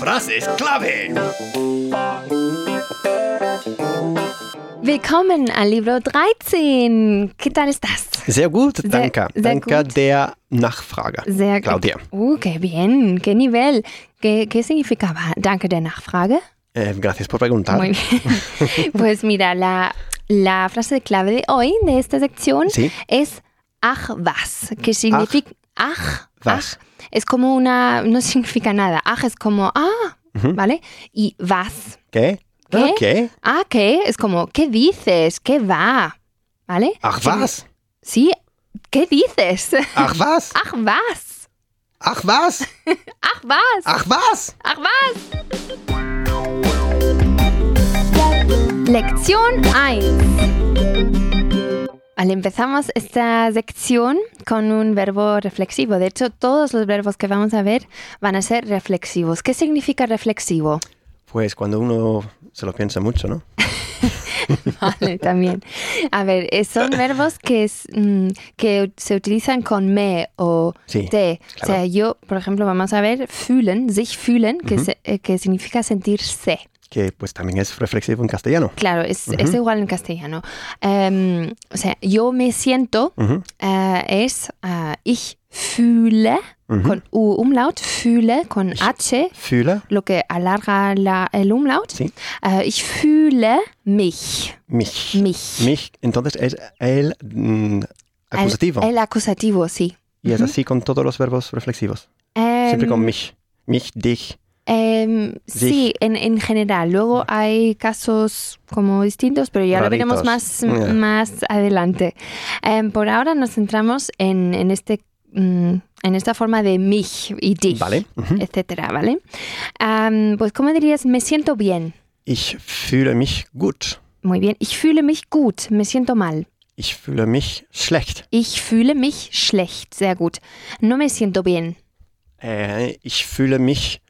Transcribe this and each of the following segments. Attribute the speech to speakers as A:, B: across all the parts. A: Frases clave.
B: Willkommen al Libro 13. ¿Qué tal estás?
A: Sehr gut, danke.
B: sehr
A: danke
B: gut.
A: der Nachfrage.
B: Sehr
A: Claudia.
B: Uh, qué bien, qué nivel. ¿Qué, qué significaba? Danke der Nachfrage.
A: Eh, gracias por preguntar.
B: Muy bien. Pues mira, la, la frase clave de hoy, de esta sección,
A: Sí.
B: es ach was, que significa ach,
A: Was.
B: ach, es como una, no significa nada, ach es como ah, ¿vale? Y was,
A: ¿Qué?
B: ¿Qué?
A: Ah, ¿Qué?
B: ah, ¿qué? Es como, ¿qué dices? ¿Qué va? ¿Vale?
A: Ach was?
B: Sí, ¿qué dices?
A: Ach was?
B: Ach was,
A: Ach was?
B: ach was,
A: Ach was?
B: ach was. Lección 1. Vale, empezamos esta sección con un verbo reflexivo. De hecho, todos los verbos que vamos a ver van a ser reflexivos. ¿Qué significa reflexivo?
A: Pues cuando uno se lo piensa mucho, ¿no?
B: Vale, también. A ver, eh, son verbos que, es, mm, que se utilizan con me o
A: Sí,
B: te. O
A: claro.
B: sea, yo, por ejemplo, vamos a ver fühlen, sich fühlen, que, se- eh, que significa sentirse.
A: Que pues también es reflexivo en castellano.
B: Claro, es, es igual en castellano. Em, o sea, yo me siento
A: Ujú.
B: eh, es ah, ich fühle con U umlaut, fühle con H,
A: Fühle
B: lo que alarga la- el umlaut.
A: Sí.
B: Eh, ich fühle mich.
A: mich.
B: Mich.
A: Mich. Entonces es el mm,
B: El-
A: acusativo.
B: El, acusativo, sí.
A: y es así con todos los verbos reflexivos. Siempre
B: Em,
A: con mich. Mich, dich.
B: em, sí, en, en general. Luego hay casos como distintos, pero ya lo veremos
A: Raritos.
B: más,
A: Ya.
B: más adelante. Em, por ahora nos centramos en, en este, mm, en esta forma de mich y dich,
A: Vale. Ujú.
B: etcétera, ¿vale? Am, pues, ¿cómo dirías? Me siento bien.
A: Ich fühle mich gut.
B: Muy bien. Ich fühle mich gut. Me siento mal.
A: Ich fühle mich schlecht.
B: Ich fühle mich schlecht. Sehr gut. No me siento bien.
A: Äh, ich fühle mich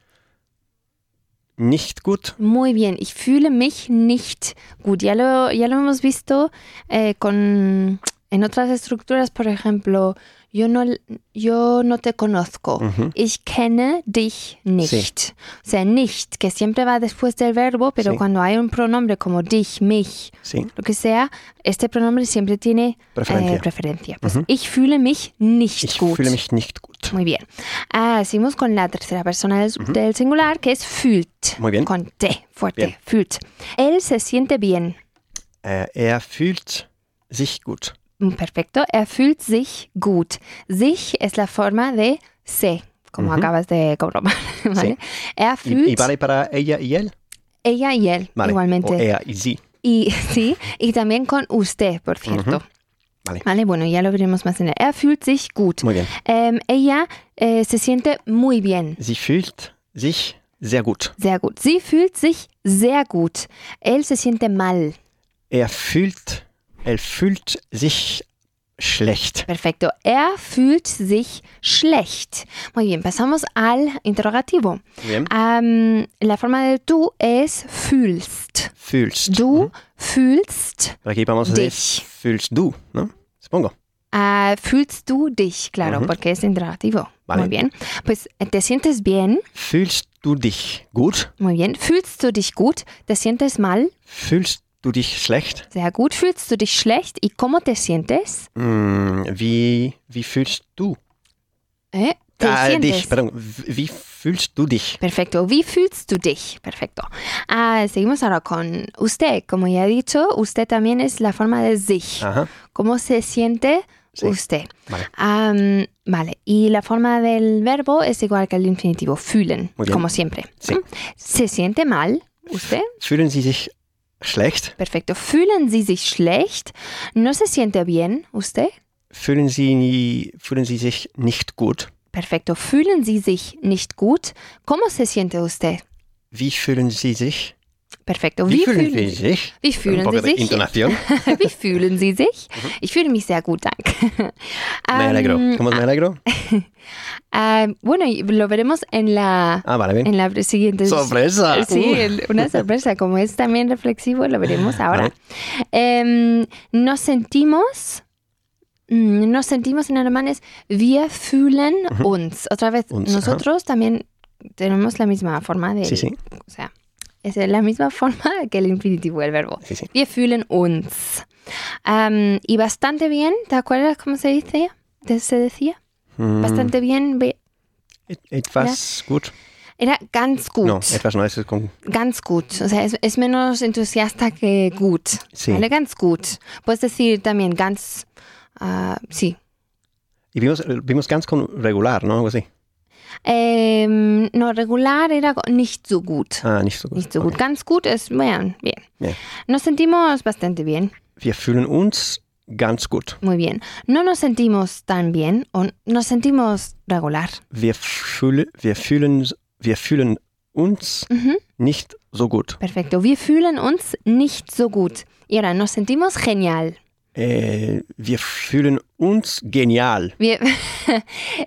A: nicht gut.
B: Muy bien, ich fühle mich nicht gut. Ya lo, ya lo hemos visto eh, con, en otras estructuras, por ejemplo, yo no, yo no te conozco.
A: Mhm.
B: Ich kenne dich nicht. O sea, nicht, que siempre va después del verbo, pero
A: Sí.
B: cuando hay un pronombre como dich, mich,
A: Sí,
B: lo que sea, este pronombre siempre tiene eh,
A: Preferencia.
B: preferencia. Pues,
A: Ujú.
B: Ich fühle mich nicht
A: ich
B: gut.
A: fühle mich nicht gut.
B: Muy bien. Ah, seguimos con la tercera persona del, del singular, que es fühlt.
A: Muy bien.
B: Con T, fuerte,
A: Bien.
B: fühlt. Él se siente bien.
A: Äh, er fühlt sich gut.
B: Mm, Perfecto. Er fühlt sich gut. Sich es la forma de se, como acabas de comprobar. ¿vale? Er
A: Y,
B: fühlt
A: y vale para ella y él?
B: ella y él
A: Vale.
B: igualmente.
A: O er y sie.
B: Y sí, y también con usted, por cierto.
A: Vale.
B: Vale, bueno, ya lo veremos más en el. Er fühlt sich gut.
A: Muy bien.
B: Em, ella eh, se siente muy bien.
A: Sie fühlt sich sehr gut.
B: Sehr gut. Sie fühlt sich sehr gut. Él se siente mal.
A: Er fühlt, er fühlt sich schlecht.
B: Perfecto. Er fühlt sich schlecht. Muy bien, pasamos al interrogativo.
A: Muy bien.
B: Am, la forma del tú es fühlst.
A: Fühlst.
B: Du fühlst.
A: Pero Aquí vamos a decir,
B: Dich.
A: fühlst du, ¿no? Supongo.
B: ah, fühlst du dich, claro,
A: Ujú.
B: porque es interrogativo.
A: Vale.
B: Muy bien. Pues eh, te sientes bien.
A: Fühlst du dich gut?
B: Muy bien. Fühlst du dich gut? Te sientes mal.
A: Fühlst du dich schlecht?
B: Sehr gut. Fühlst du dich schlecht? ¿Y cómo te sientes?
A: Hm, wie, wie fühlst du?
B: ¿Eh? Te
A: Ah,
B: sientes.
A: dich, perdón. Wie fühlst du dich?
B: Perfecto. Wie fühlst du dich? Perfecto. Ah, seguimos ahora con usted. Como ya he dicho, usted también es la forma de sich.
A: Ajá.
B: ¿Cómo se siente
A: Ah. Sí.
B: usted?
A: Vale.
B: Am, vale. Y la forma del verbo es igual que el infinitivo. Fühlen,
A: Muy bien.
B: como siempre.
A: Sí.
B: ¿Mm? ¿Se siente mal usted?
A: Fühlen Sie sich schlecht?
B: Perfecto. ¿Fühlen Sie sich schlecht? ¿No se siente bien usted?
A: Fühlen Sie, fühlen Sie sich nicht gut?
B: Perfecto. ¿Fühlen Sie sich nicht gut? ¿Cómo se siente usted?
A: Wie fühlen Sie sich?
B: Perfecto.
A: Wie, fühlen
B: fühlen-
A: Sie sich?
B: Wie
A: Un
B: fühlen
A: poco
B: Sie
A: de
B: sich? Ähm,
A: Intonación.
B: Wie fühlen Sie sich? Ich fühle mich sehr gut, danke.
A: Mhm. Me alegro.
B: Ähm,
A: ¿Cómo me alegro?
B: ähm, bueno, y lo veremos en la,
A: Ah, vale, bien.
B: en la siguiente.
A: Sorpresa.
B: Sí,
A: Uh.
B: el- una sorpresa. Como es también reflexivo, lo veremos ahora.
A: Vale.
B: Em, nos sentimos mm, nos sentimos en alemán es wir fühlen uns. Otra vez,
A: Uns, ajá.
B: nosotros también tenemos la misma forma de...
A: Sí, sí,
B: O sea, es la misma forma que el infinitivo, el verbo.
A: sí, sí.
B: Wir fühlen uns. Am, y bastante bien, ¿te acuerdas cómo se dice? de- Se decía.
A: Hm,
B: Bastante bien. be-
A: et- etwas gut.
B: Era ganz gut.
A: No, etwas Neues ist con
B: Ganz gut. O sea, es, es menos entusiasta que gut.
A: Sí.
B: ¿Vale? Ganz gut. Puedes decir también ganz. ah, sí.
A: Y vimos, vimos ganz con regular, ¿no? Algo así.
B: Em, no, regular era go- nicht so gut.
A: Ah, nicht so gut.
B: Nicht so
A: Okay.
B: gut. Ganz gut es bien, bien.
A: Bien.
B: Nos sentimos bastante bien.
A: Wir fühlen uns ganz gut.
B: Muy bien. No nos sentimos tan bien o nos sentimos regular.
A: Wir, fühl, wir, fühlen, wir fühlen uns
B: Ujú.
A: nicht so gut.
B: Perfecto. Wir fühlen uns nicht so gut. Y ahora nos sentimos genial.
A: Äh, wir fühlen uns genial.
B: Wir-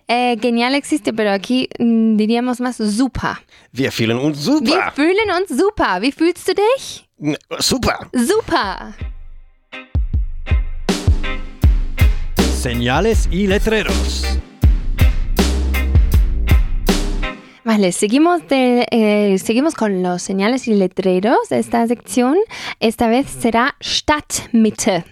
B: Eh, genial existe, pero aquí mm, diríamos más super.
A: Wir fühlen uns
B: Wir
A: super.
B: fühlen uns super. Wie fühlst du dich?
A: N- Super.
B: Super.
A: Señales y letreros.
B: Vale, seguimos, de- eh, seguimos con los señales y letreros de esta sección. Esta vez será Stadtmitte.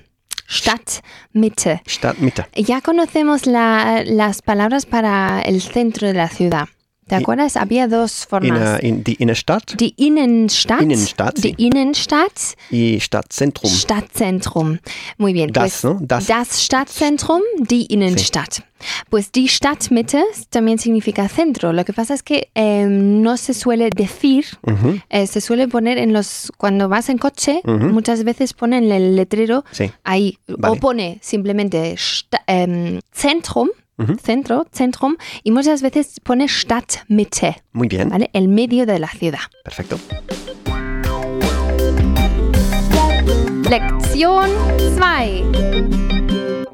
B: Stadtmitte.
A: Stadtmitte.
B: Ya conocemos la- las palabras para el centro de la ciudad. ¿Te
A: Y-
B: acuerdas? Había dos
A: In,
B: formas.
A: äh, in die Innenstadt,
B: Die Innenstadt.
A: Innenstadt,
B: Die
A: sí.
B: Innenstadt.
A: die Stadtzentrum.
B: Stadtzentrum. Muy bien.
A: Das,
B: pues,
A: ne? Das.
B: das Stadtzentrum, die Innenstadt. Pues die Stadtmitte también significa centro. Lo que pasa es que eh, no se suele decir,
A: Mhm.
B: eh, se suele poner en los. Cuando vas en coche, muchas veces ponen el letrero
A: Sí.
B: ahí. O
A: Vale.
B: pone simplemente Sta- em, Zentrum,
A: Ujú.
B: centro, Zentrum, y muchas veces pone Stadtmitte,
A: Muy bien.
B: ¿vale? El medio de la ciudad.
A: Perfecto.
B: Lección 2.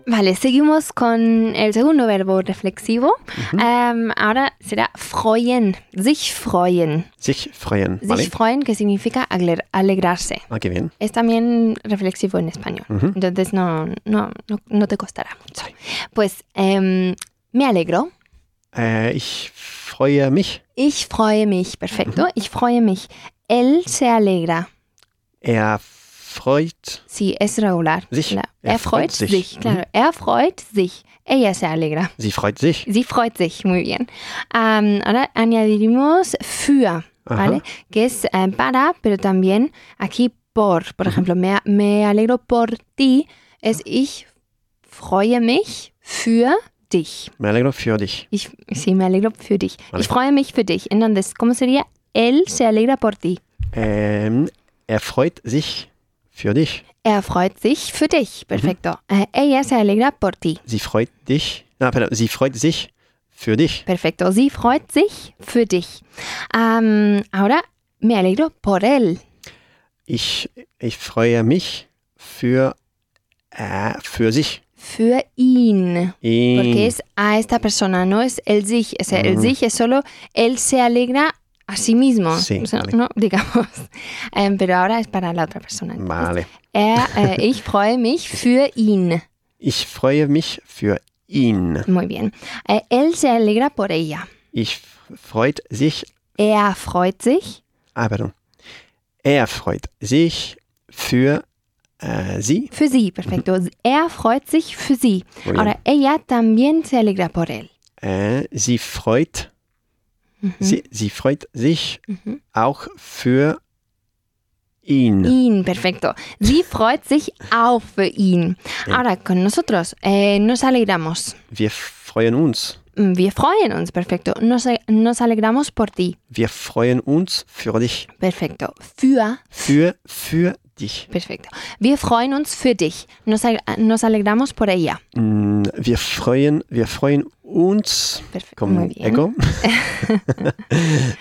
B: Vale, seguimos con el segundo verbo reflexivo. Ähm, ahora será freuen, sich freuen.
A: Sich freuen.
B: Sich
A: Vale.
B: freuen, que significa agler- alegrarse.
A: Ah, qué bien.
B: Es también reflexivo en español, entonces no, no, no, no te costará mucho. Pues ähm, me alegro.
A: Äh, ich freue mich.
B: Ich freue mich, perfecto. Ich freue mich. Él se alegra.
A: Er freut
B: Sí, es regular.
A: Sich.
B: La-
A: Er
B: Er
A: freut
B: freut
A: sich.
B: sich, claro. Er freut sich. Ella se alegra.
A: Sie freut sich.
B: Sie freut sich, Ähm, muy bien. Am, ahora añadiremos für, ¿vale? Que es eh, para, pero también aquí por. Por ejemplo, me, me alegro por ti es ich freue mich für dich.
A: Me alegro für dich.
B: Ich, sí, me alegro für dich.
A: Vale.
B: Ich freue mich für dich. Entonces, ¿cómo sería? Él se alegra por ti.
A: Ähm, er freut sich für dich.
B: Er freut sich für dich. Perfecto. Eh, ella se alegra por ti.
A: Sie freut dich. Na, pardon, sie freut sich für dich.
B: Perfecto. Sie freut sich für dich. Am, ahora me alegro por él.
A: Ich, ich freue mich für, äh, für sich.
B: Für ihn.
A: Ihn.
B: Porque es a esta persona, no es el sich. O sea, el
A: Ujú.
B: sich es solo él se alegra a sí mismo.
A: Sí,
B: O sea,
A: vale.
B: no, digamos. Em, pero ahora es para la otra persona.
A: Vale.
B: Er, eh, ich freue mich für ihn.
A: Ich freue mich für ihn.
B: Muy bien. Eh, él se alegra por ella.
A: Ich freut sich,
B: Er freut sich.
A: ah, pardon. Er freut sich für äh, sie.
B: Für sie, perfecto.
A: Mm-hmm.
B: Er freut sich für sie.
A: Oh ja.
B: Ahora, ella también se alegra por él.
A: Äh, sie freut, sie, sie freut sich
B: Mhm.
A: auch für ihn.
B: Ihn, perfecto. Sie freut sich auch für ihn. Ahora, con nosotros eh, nos alegramos.
A: Wir freuen uns.
B: Mm, Wir freuen uns, perfecto. Nos, nos alegramos por ti,
A: Wir freuen uns für dich.
B: perfecto. Für,
A: Für, für dich.
B: perfecto. Wir freuen uns für dich. Nos, al- nos alegramos por ella.
A: Mm, Wir freuen, wir freuen uns.
B: Perfecto.
A: Komm,
B: Muy bien.
A: Echo.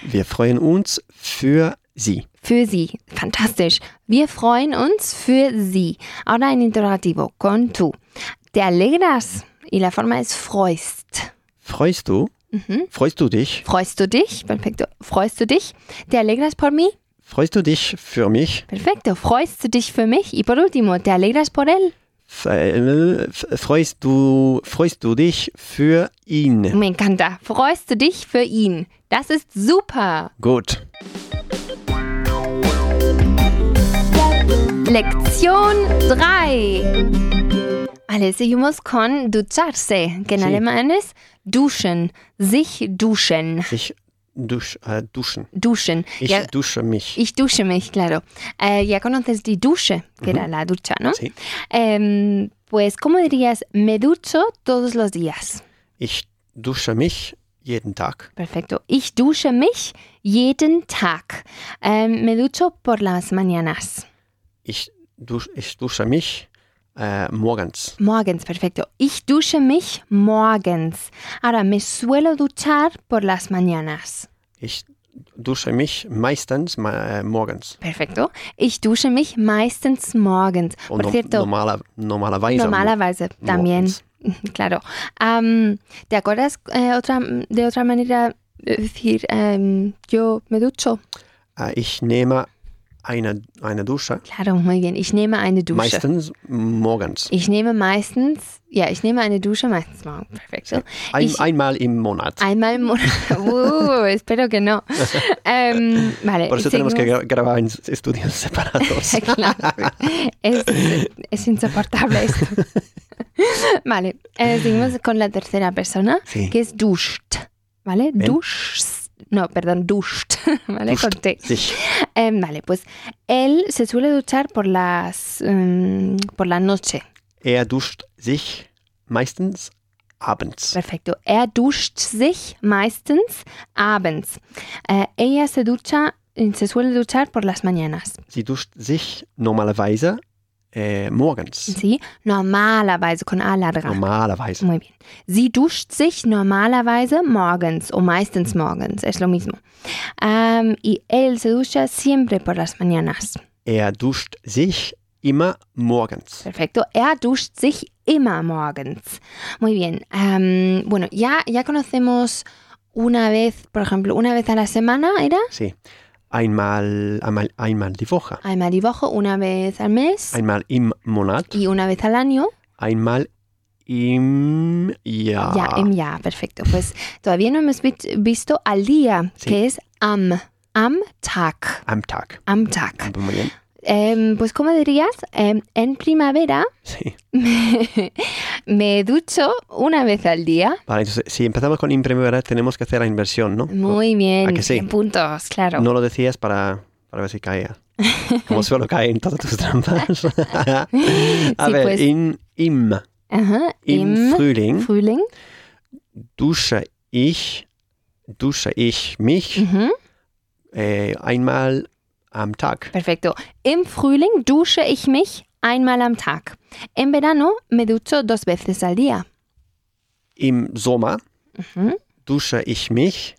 A: wir freuen uns für sie.
B: Für sie. Fantastisch. Wir freuen uns für sie. Ahora en interrogativo, con tú. Te alegras. Y la forma es freust.
A: Freust du?
B: Mhm.
A: Freust du dich?
B: Freust du dich? Perfecto. Freust du dich? Te alegras por mí?
A: Freust du dich für mich?
B: Perfecto. Freust du dich für mich? Y por último, te alegras por él?
A: F- äh, Freust du, freust du dich für ihn?
B: Me encanta. Freust du dich für ihn? Das ist super.
A: Gut.
B: Lección 3. Vale, seguimos con ducharse, genau, que en
A: Sí.
B: alemán es duschen, sich duschen,
A: Ich dusch, äh, duschen.
B: duschen.
A: Ich
B: ya,
A: dusche mich.
B: ich dusche mich, claro. Eh, ya conoces die Dusche, que era la ducha, ¿no?
A: Sí.
B: Em, pues, ¿cómo dirías? Me ducho todos los días.
A: Ich dusche mich jeden Tag.
B: Perfecto. Ich dusche mich jeden Tag. Em, me ducho por las mañanas.
A: Ich, dusch, ich dusche mich äh, morgens.
B: Morgens, perfecto. Ich dusche mich morgens. Ahora, me suelo duchar por las mañanas.
A: Ich dusche mich meistens ma- äh, morgens.
B: Perfecto. Ich dusche mich meistens morgens.
A: Und
B: por
A: no-
B: cierto,
A: normaler, normalerweise. mo-
B: normalerweise también.
A: morgens.
B: Claro. Am, ¿Te acuerdas eh, otra, de otra manera de decir em, yo me ducho?
A: Äh, ich nehme eine, eine Dusche.
B: Claro, muy bien. Ich nehme eine Dusche.
A: Meistens morgens.
B: Ich nehme meistens, ja, ich nehme eine Dusche meistens morgen. Perfekto.
A: Ein,
B: Ich- Ah,
A: einmal im Monat.
B: Einmal im Monat. Uh, espero que no. Ähm, vale.
A: Por eso tenemos que
B: seguimos.
A: gra- grabar en s- estudios separados.
B: Claro. Es, es insoportable esto. Vale. Eh, seguimos con la tercera persona,
A: Sí.
B: que es duscht. ¿Vale?
A: Bien.
B: Duschs. No, perdón, duscht. ¿Vale?
A: Duscht.
B: Con T.
A: Sich.
B: Eh, vale, pues él se suele duchar por las mm, por la noche.
A: Er duscht sich meistens abends.
B: Perfecto. Er duscht sich meistens abends. Eh, ella se ducha, se suele duchar por las mañanas.
A: Sie duscht sich normalerweise äh, morgens.
B: ¿Sí? Normalerweise con A larga.
A: Normalerweise.
B: Muy bien. Sie duscht sich normalerweise morgens o meistens morgens. Es lo mismo. Am, y él se ducha siempre por las mañanas.
A: Er duscht sich immer morgens.
B: Perfecto. Er duscht sich immer morgens. Muy bien. Am, bueno, ya, ya conocemos una vez, por ejemplo, una vez a la semana era.
A: Sí. Einmal, einmal, einmal die Woche.
B: Einmal die Woche, una vez al mes
A: Einmal im Monat.
B: y una vez al año.
A: Einmal im Jahr.
B: Ya, im Jahr, perfecto. Pues todavía no hemos vi- visto al día,
A: Sí.
B: que es am, am Tag,
A: Am Tag.
B: am Tag.
A: Moment.
B: Em, pues como dirías, Em, en primavera
A: Sí.
B: me ducho una vez al día.
A: Vale, entonces, si empezamos con im primavera, tenemos que hacer la inversión, ¿no?
B: Muy bien,
A: Ah, ¿A que sí?
B: 100 puntos, claro.
A: No lo decías para, para ver si caía. Como suelo caer en todas tus trampas. A
B: Sí,
A: ver,
B: pues.
A: in, im,
B: Ajá,
A: im
B: Im
A: Frühling
B: Frühling.
A: dusche ich, dusche ich mich
B: Ujú,
A: äh, einmal am Tag.
B: Perfecto. Im Frühling dusche ich mich einmal am Tag. En verano me ducho dos veces al día.
A: Im Sommer
B: Ujú.
A: dusche ich mich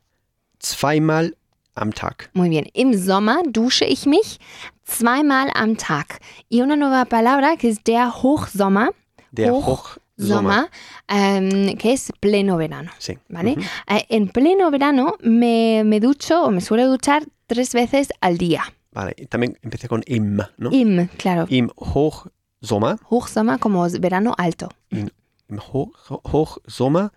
A: zweimal am Tag.
B: Muy bien. Im Sommer dusche ich mich zweimal am Tag. Y una nueva palabra que es der Hochsommer,
A: Der
B: Hoch-
A: Hochsommer.
B: Sommer, ähm, que es pleno verano.
A: Sí. Mhm.
B: ¿Vale?
A: Ujú.
B: Eh, en pleno verano me, me ducho o me suelo duchar tres veces al día.
A: Vale, también empecé con im, ¿no?
B: Im, claro.
A: Im Hochsommer,
B: Hochsommer como verano alto.
A: im Hoch, Hochsommer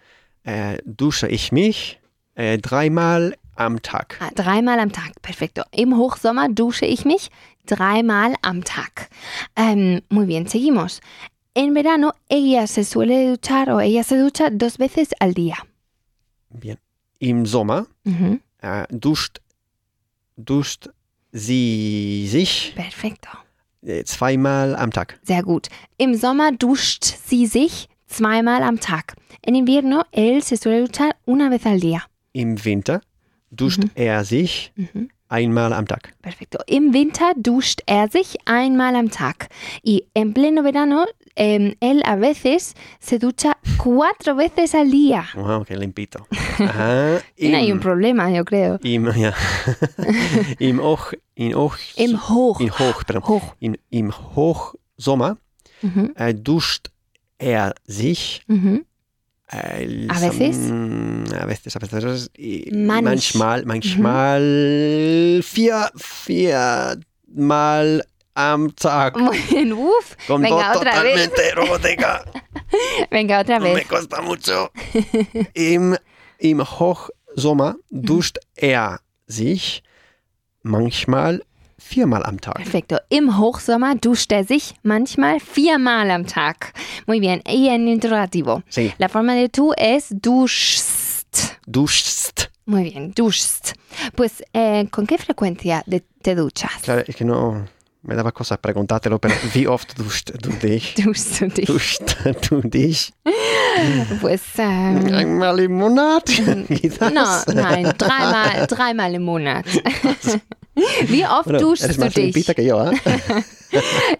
A: äh, dusche ich mich äh, dreimal am Tag.
B: Ah, dreimal am Tag, perfecto. Im Hochsommer dusche ich mich dreimal am Tag. Ähm, muy bien, seguimos. En verano ella se suele duchar o ella se ducha dos veces al día.
A: Bien. Im Sommer
B: Ujú,
A: äh, duscht, duscht sie sich
B: Perfecto.
A: äh, zweimal am Tag.
B: Sehr gut. Im Sommer duscht sie sich zweimal am Tag. En invierno él se suele duchar una vez al día.
A: Im Winter duscht
B: Mhm.
A: er sich
B: Ujú.
A: einmal am Tag.
B: Mhm. Perfecto. Im Winter duscht er sich einmal am Tag. Y en pleno verano, em, él a veces se ducha cuatro veces al día.
A: Wow, qué limpito. Ajá,
B: No hay un
A: im,
B: problema, yo creo.
A: im, ja. Im Hoch, in Hoch,
B: Im Hoch.
A: in Hoch, pardon.
B: Hoch.
A: In, Im Hochsommer
B: Mhm,
A: äh, duscht er sich
B: mhm.
A: El
B: A veces.
A: sam- mm, A veces, a veces. y
B: Manch.
A: Manchmal, manchmal. Vier, viermal am Tag.
B: Muy bien, uf.
A: Con
B: Venga,
A: voz
B: otra vez.
A: totalmente robótica.
B: Venga, otra
A: Me
B: vez.
A: cuesta mucho. Im, Im Hochsommer duscht er sich manchmal viermal am Tag.
B: Perfecto. Im Hochsommer duscht er sich manchmal viermal am Tag. Muy bien. Y en interrogativo.
A: Sí,
B: La forma de tú es duschst.
A: duschst.
B: Muy bien, duschst. Pues, eh, ¿con qué frecuencia de- te duchas?
A: Claro, es que no me daba cosa preguntártelo, pero wie oft duscht du dich?
B: Duschst du dich?
A: Duscht du dich?
B: Pues, ähm,
A: Einmal im Monat? Geht das?
B: Mm, no, nein, dreimal, dreimal im Monat. Wie oft
A: Bueno,
B: duschst
A: eres
B: du
A: más
B: dich?
A: limpita que yo, ¿eh?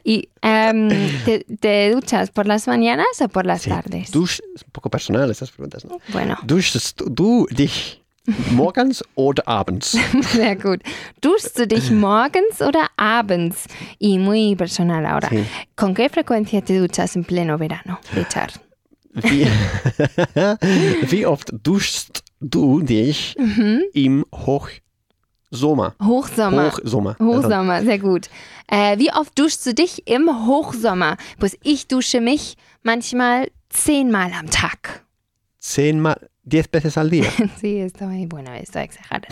B: Y, em, te, te duchas por las mañanas o por las
A: Sí,
B: tardes?
A: dusch- es un poco personal esas preguntas, ¿no?
B: Bueno,
A: Duschst du dich morgens oder abends?
B: sehr gut. Duschst du dich morgens oder abends? Y muy personal ahora.
A: Sí.
B: ¿Con qué frecuencia te duchas en pleno verano? Richard?
A: Wie, wie oft duschst du dich im Hochsommer?
B: Mhm. Hochsommer.
A: Hochsommer.
B: Hochsommer, sehr gut. Äh, wie oft duschst du dich im Hochsommer? Pues ich dusche mich manchmal zehnmal am Tag.
A: Zehnmal, diez veces al día.
B: Sí, estoy, bueno, estoy exagerada.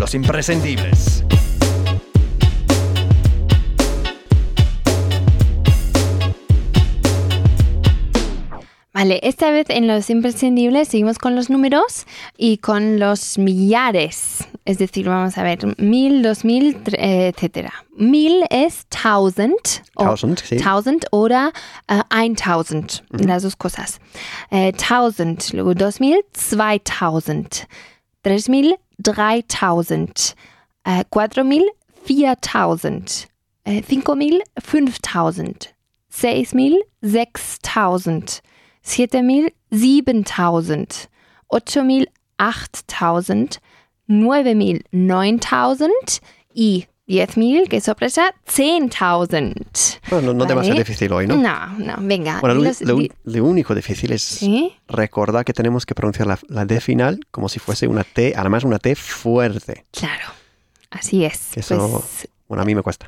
A: Los imprescindibles.
B: Vale, esta vez en los imprescindibles seguimos con los números y con los millares. Es decir, vamos a ver, mil, dos mil, tre- eh, etcétera. Mil es thousand. o
A: Tausend, sí.
B: 1000 oder äh, 1000, las dos cosas. Äh, 1000, luego 2000, 2000, 3000, 3000, äh, 4000, 4000, äh, 5000, 5000, 6000, 6000, 7000, 7000, 8000, 8000, 9000, 9000 y 10.000, qué sorpresa, 10.000.
A: Bueno, no, no demasiado difícil hoy, ¿no?
B: No, no, venga.
A: Bueno, lo,
B: Mm. los- ¿Eh?
A: lo-
B: di-
A: lo único difícil es
B: ¿Sí?
A: recordar que tenemos que pronunciar la, la D final como si fuese una T, además una T fuerte.
B: Claro, así es.
A: Que eso-
B: Pues,
A: Bueno, a mí me cuesta.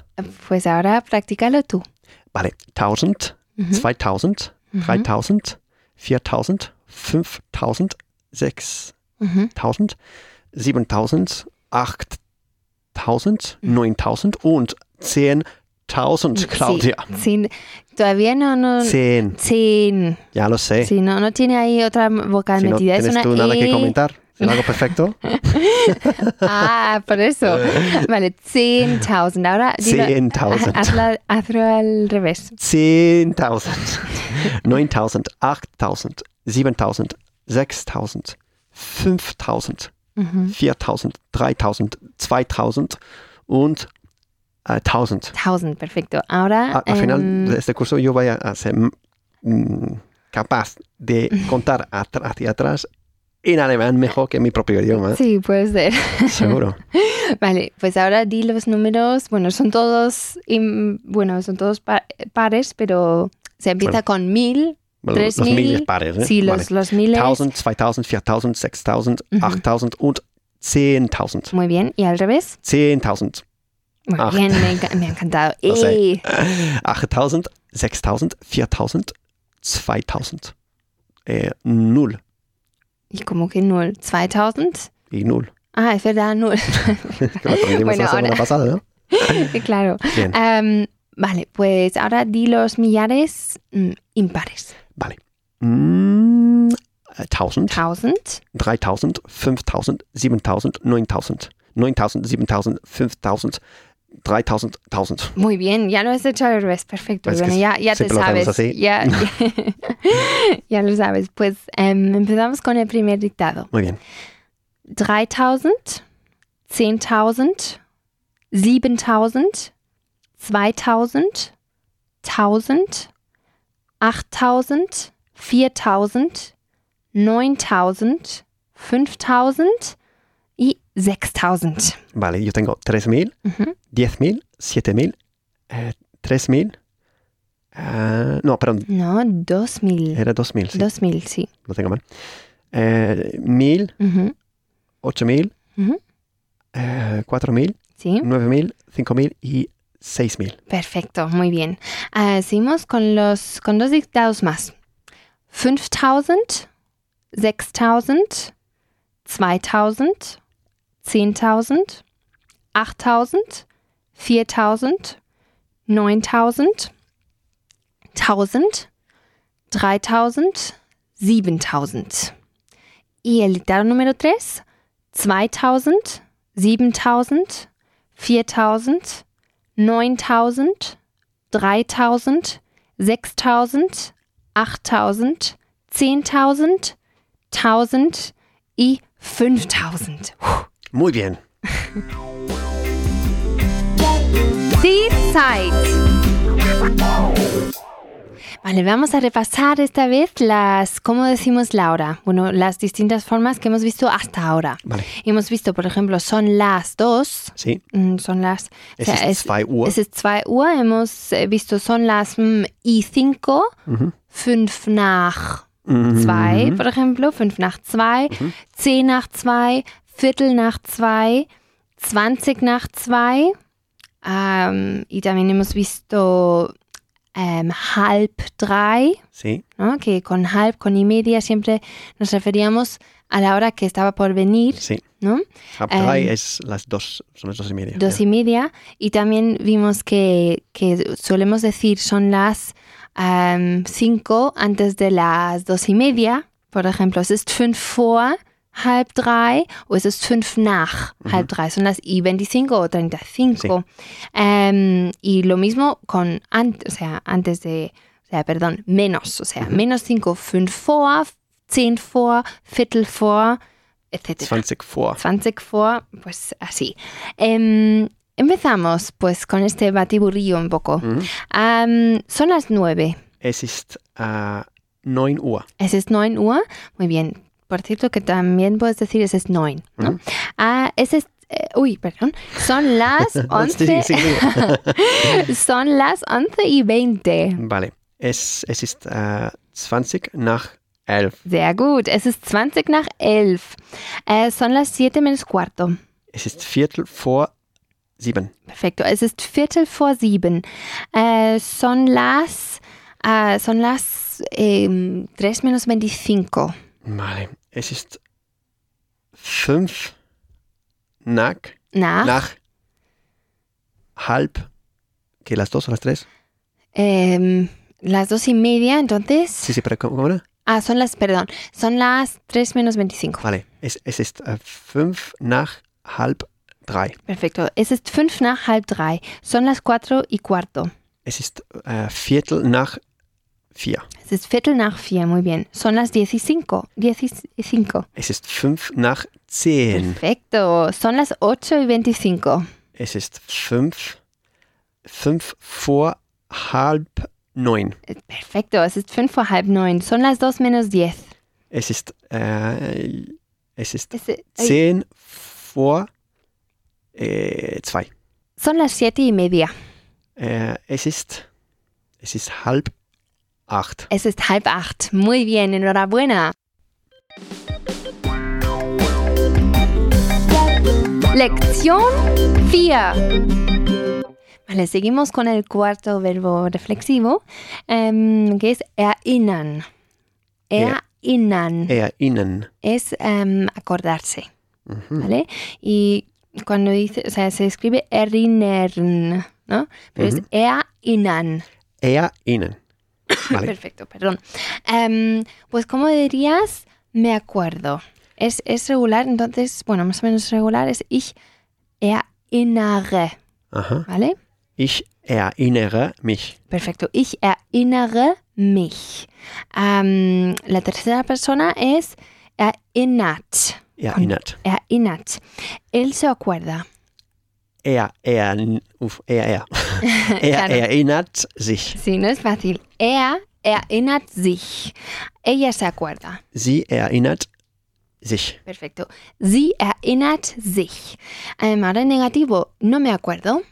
B: pues ahora practícalo tú.
A: Vale, 1000, 2000, 3000, 4000, 5000, 6000.
B: Ujú.
A: 1000, 7000, 8000,
B: Mm.
A: 9000 und 10.000, Claudia.
B: Sí, todavía no... no
A: 10,
B: sí,
A: ya lo sé.
B: sí, no, no tiene ahí otra vocal
A: si no
B: metida. es
A: tienes
B: una
A: tú nada que
B: E.
A: comentar, si lo hago perfecto.
B: Ah, por eso. Vale, 10.000. Ahora dilo-
A: 10.000,
B: hazla- hazlo al revés.
A: 10.000, 9.000, 8.000, 7.000, 6.000, 5.000,
B: Ujú.
A: 4.000, 3.000, 2.000 und äh, 1.000.
B: 1000, perfecto. Ahora...
A: A- Ah, al final
B: Äh, em,
A: de este curso yo vaya a ser mm, capaz de contar atr- hacia atrás en alemán mejor que en mi propio idioma,
B: Sí, puede ser.
A: seguro.
B: Vale, pues ahora di los números. Bueno, son todos, im- bueno, son todos pa- pares, pero se empieza con mil.
A: Bueno, los
B: 3.000,
A: miles pares, ¿eh?
B: Sí, los,
A: Vale.
B: los miles.
A: 1000, 2000, 4000, 6000, 8000 und 10.000.
B: Muy bien, y al revés.
A: 10.000,
B: Muy
A: Acht.
B: bien, me, enca- me ha encantado.
A: Ah. Lo sé.
B: ¡Ey!
A: 8000, 6000, 4000, 2000. Eh, null
B: Y como que null. 2000.
A: y null.
B: Ah, es verdad, null.
A: Que lo aprendimos
B: Bueno,
A: la semana
B: ahora-
A: pasada, ¿no?
B: claro.
A: Bien.
B: Em, vale, pues ahora di los millares mm, impares.
A: Vale. Mm, 1000.
B: 1000.
A: 3000, 5000, 7000, 9000. 9000, 7000, 5000, 3000, 1000.
B: Muy bien, ya lo has hecho al revés, perfecto.
A: Es que
B: Bueno, ya, ya te
A: siempre lo hacemos
B: sabes.
A: así.
B: Ya, ya lo sabes. Pues em, empezamos con el primer dictado.
A: Muy bien.
B: 3000, 10.000, 7000, 2000, 1000, 8000, 4000, 9000, 5000 y 6000.
A: Vale, yo tengo 3000,
B: Ujú.
A: 10000, 7000, eh, 3000. eh, no, perdón,
B: No, 2000.
A: era 2000, sí,
B: 2000, sí. Mhm.
A: lo tengo mal. Eh, 1000,
B: Ujú.
A: 8000,
B: Ujú.
A: eh, 4.000,
B: ¿Sí?
A: 9.000, 5.000 y 6.000.
B: Perfecto, muy bien. Ah, seguimos con, los, con dos dictados más. 5000, 6000, 2000, 10000, 8000, 4000, 9000, 1000, 3000, 7000. Y el dictado número 3, 2000, 7000, 4000, 9000, 3000, 6000, 8000, 10000, 1000 y 5000.
A: Muy bien.
B: Die Zeit. Vale, vamos a repasar esta vez las, ¿cómo decimos la hora? Bueno, las distintas formas que hemos visto hasta ahora.
A: Vale.
B: Hemos visto, por ejemplo, son las dos,
A: Sí.
B: mm, son las... o
A: Es
B: sea,
A: ist
B: es-
A: 2 Uhr.
B: Es ist 2 Uhr, hemos eh, visto, son las mm, y 5,
A: Mhm.
B: 5 nach 2,
A: Mhm.
B: por ejemplo, 5 nach 2, 10 nach 2, Viertel nach 2, 20 nach 2. Ähm, y también hemos visto ähm, halb 3,
A: Sí.
B: ¿no? que con halb, con y media siempre nos referíamos a la hora que estaba por venir,
A: Sí.
B: ¿no?
A: Hab
B: Ähm,
A: 3 es las 2. Son las 2 y media.
B: dos
A: ja.
B: y media. Y también vimos que, que solemos decir son las ähm, cinco antes de las dos y media. Por ejemplo, es ist fünf vor halb drei o es ist fünf nach halb drei. Son las y 25 o 35. Ähm, y lo mismo con antes, o sea, antes de, o sea, perdón, menos, o sea, menos cinco, fünf vor, zehn vor, viertel vor, etc.
A: 20 vor.
B: 20 vor, pues así. Em, empezamos pues con este batiburrillo un poco.
A: Mhm.
B: Am, son las 9.
A: Es ist äh, 9 Uhr.
B: Es es 9 Uhr. Muy bien. Por cierto que también puedes decir es es 9. ¿no?
A: Mhm.
B: Ah, es es eh, uy, perdón. Son las
A: Sí,
B: 11.
A: sí, sí.
B: son las 11 y 20.
A: vale. Es, es ist äh, 20 nach 11.
B: Sehr gut. Es ist 20 nach 11. Eh, son las 7 menos cuarto.
A: Es ist Viertel vor 7.
B: Perfecto. Es ist Viertel vor sieben. Äh, son las, äh, son las ähm, tres menos veinticinco.
A: Vale. Es ist 5 nach,
B: Nach,
A: nach halb. ¿Qué? ¿Las 2 o las 3?
B: ähm, las dos y media, entonces.
A: Sí, sí, pero ¿cómo cómo era?
B: Ah, son las, perdón, son las tres menos veinticinco.
A: Vale. Es, es ist 5 nach halb 3.
B: Perfecto. Es ist fünf nach halb drei. Son las cuatro y cuarto.
A: Es ist äh, Viertel nach 4.
B: Es ist Viertel nach vier, muy bien. Son las diez y cinco. Diez y cinco.
A: Es ist 5 nach 10.
B: Perfecto. Son las ocho y veinticinco.
A: Es ist fünf, fünf vor halb neun.
B: Perfecto. Es ist fünf vor halb neun. Son las dos menos diez.
A: Es ist, äh, es ist
B: Es- ay,
A: zehn vor äh, zwei.
B: Son las siete y media.
A: Äh, es ist, es ist halb acht.
B: Es ist halb acht. Muy bien, enhorabuena. Lección 4. Vale, seguimos con el cuarto verbo reflexivo, em, que es erinnern.
A: Er-
B: Erinnern
A: Erinnern.
B: es em, acordarse,
A: Mhm.
B: ¿vale? Y cuando dice, o sea, se escribe erinnern, ¿no? Pero
A: Ujú.
B: es erinnern.
A: Erinnern. Vale.
B: Perfecto, perdón. Em, pues, ¿cómo dirías? Me acuerdo. Es, es regular, entonces, bueno, más o menos regular es ich erinnere,
A: Aha.
B: ¿vale?
A: Ich erinnere mich.
B: Perfecto. Ich erinnere mich. Am, la tercera persona es erinnert.
A: Erinnert.
B: Erinnert. Él se acuerda.
A: Er, er, uff, er, er. er
B: Claro.
A: erinnert sich.
B: Sí, no es fácil. Er erinnert sich. Ella se acuerda.
A: Sie erinnert sich.
B: Perfecto. Sie erinnert sich. Ähm, ahora en negativo, no me acuerdo.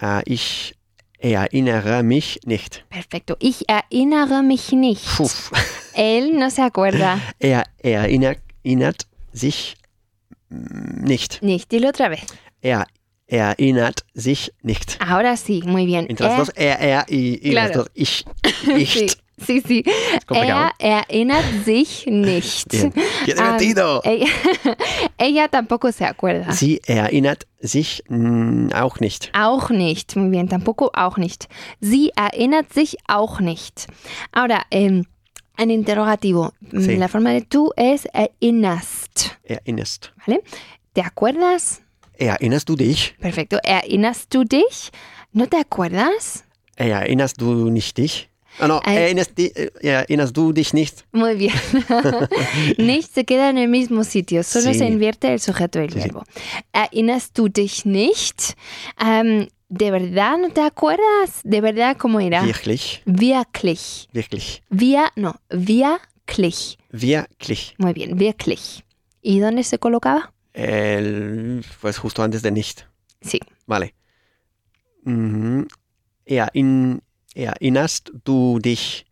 A: Äh, ich erinnere mich nicht.
B: Perfecto. ah, Ich erinnere mich nicht.
A: Puh.
B: Él no se acuerda.
A: Er erinnert, erinnert sich mm, nicht.
B: Nicht, dilo otra vez.
A: Er erinnert sich nicht.
B: Ahora sí, muy bien.
A: Entre las
B: Er-
A: dos, er, er y, y las
B: Claro.
A: dos, ich, ich.
B: Sí, sí, sí.
A: complicado.
B: Er erinnert sich nicht.
A: Bien. ¡Qué
B: Ah,
A: divertido!
B: Ella, ella tampoco se acuerda.
A: Sie erinnert sich mm, auch nicht.
B: Auch nicht. Muy bien, tampoco auch nicht. Sie erinnert sich auch nicht. Ahora, eh, en interrogativo, Mm,
A: Sí.
B: la forma de tú es erinnerst.
A: Erinnerst.
B: ¿Vale? ¿Te acuerdas?
A: Erinnerst du dich?
B: Perfecto. ¿Erinnerst du dich? ¿No te acuerdas?
A: Erinnerst du nicht dich? Ah, no,
B: Ey.
A: erinnerst, di- eh, erinnerst du dich nicht?
B: Muy bien. nicht se queda en el mismo sitio, solo
A: Sí.
B: se invierte el sujeto y el
A: Sí, sí.
B: verbo. ¿Erinnerst du dich nicht? Ähm, ¿De verdad no te acuerdas? ¿De verdad cómo era?
A: Wirklich,
B: Wirklich.
A: wirklich,
B: Via, no, wirklich.
A: wirklich.
B: Muy bien, wirklich. ¿Y dónde se colocaba?
A: El, pues justo antes de nicht.
B: Sí.
A: Vale. Mhm. Erin, erinnerst du dich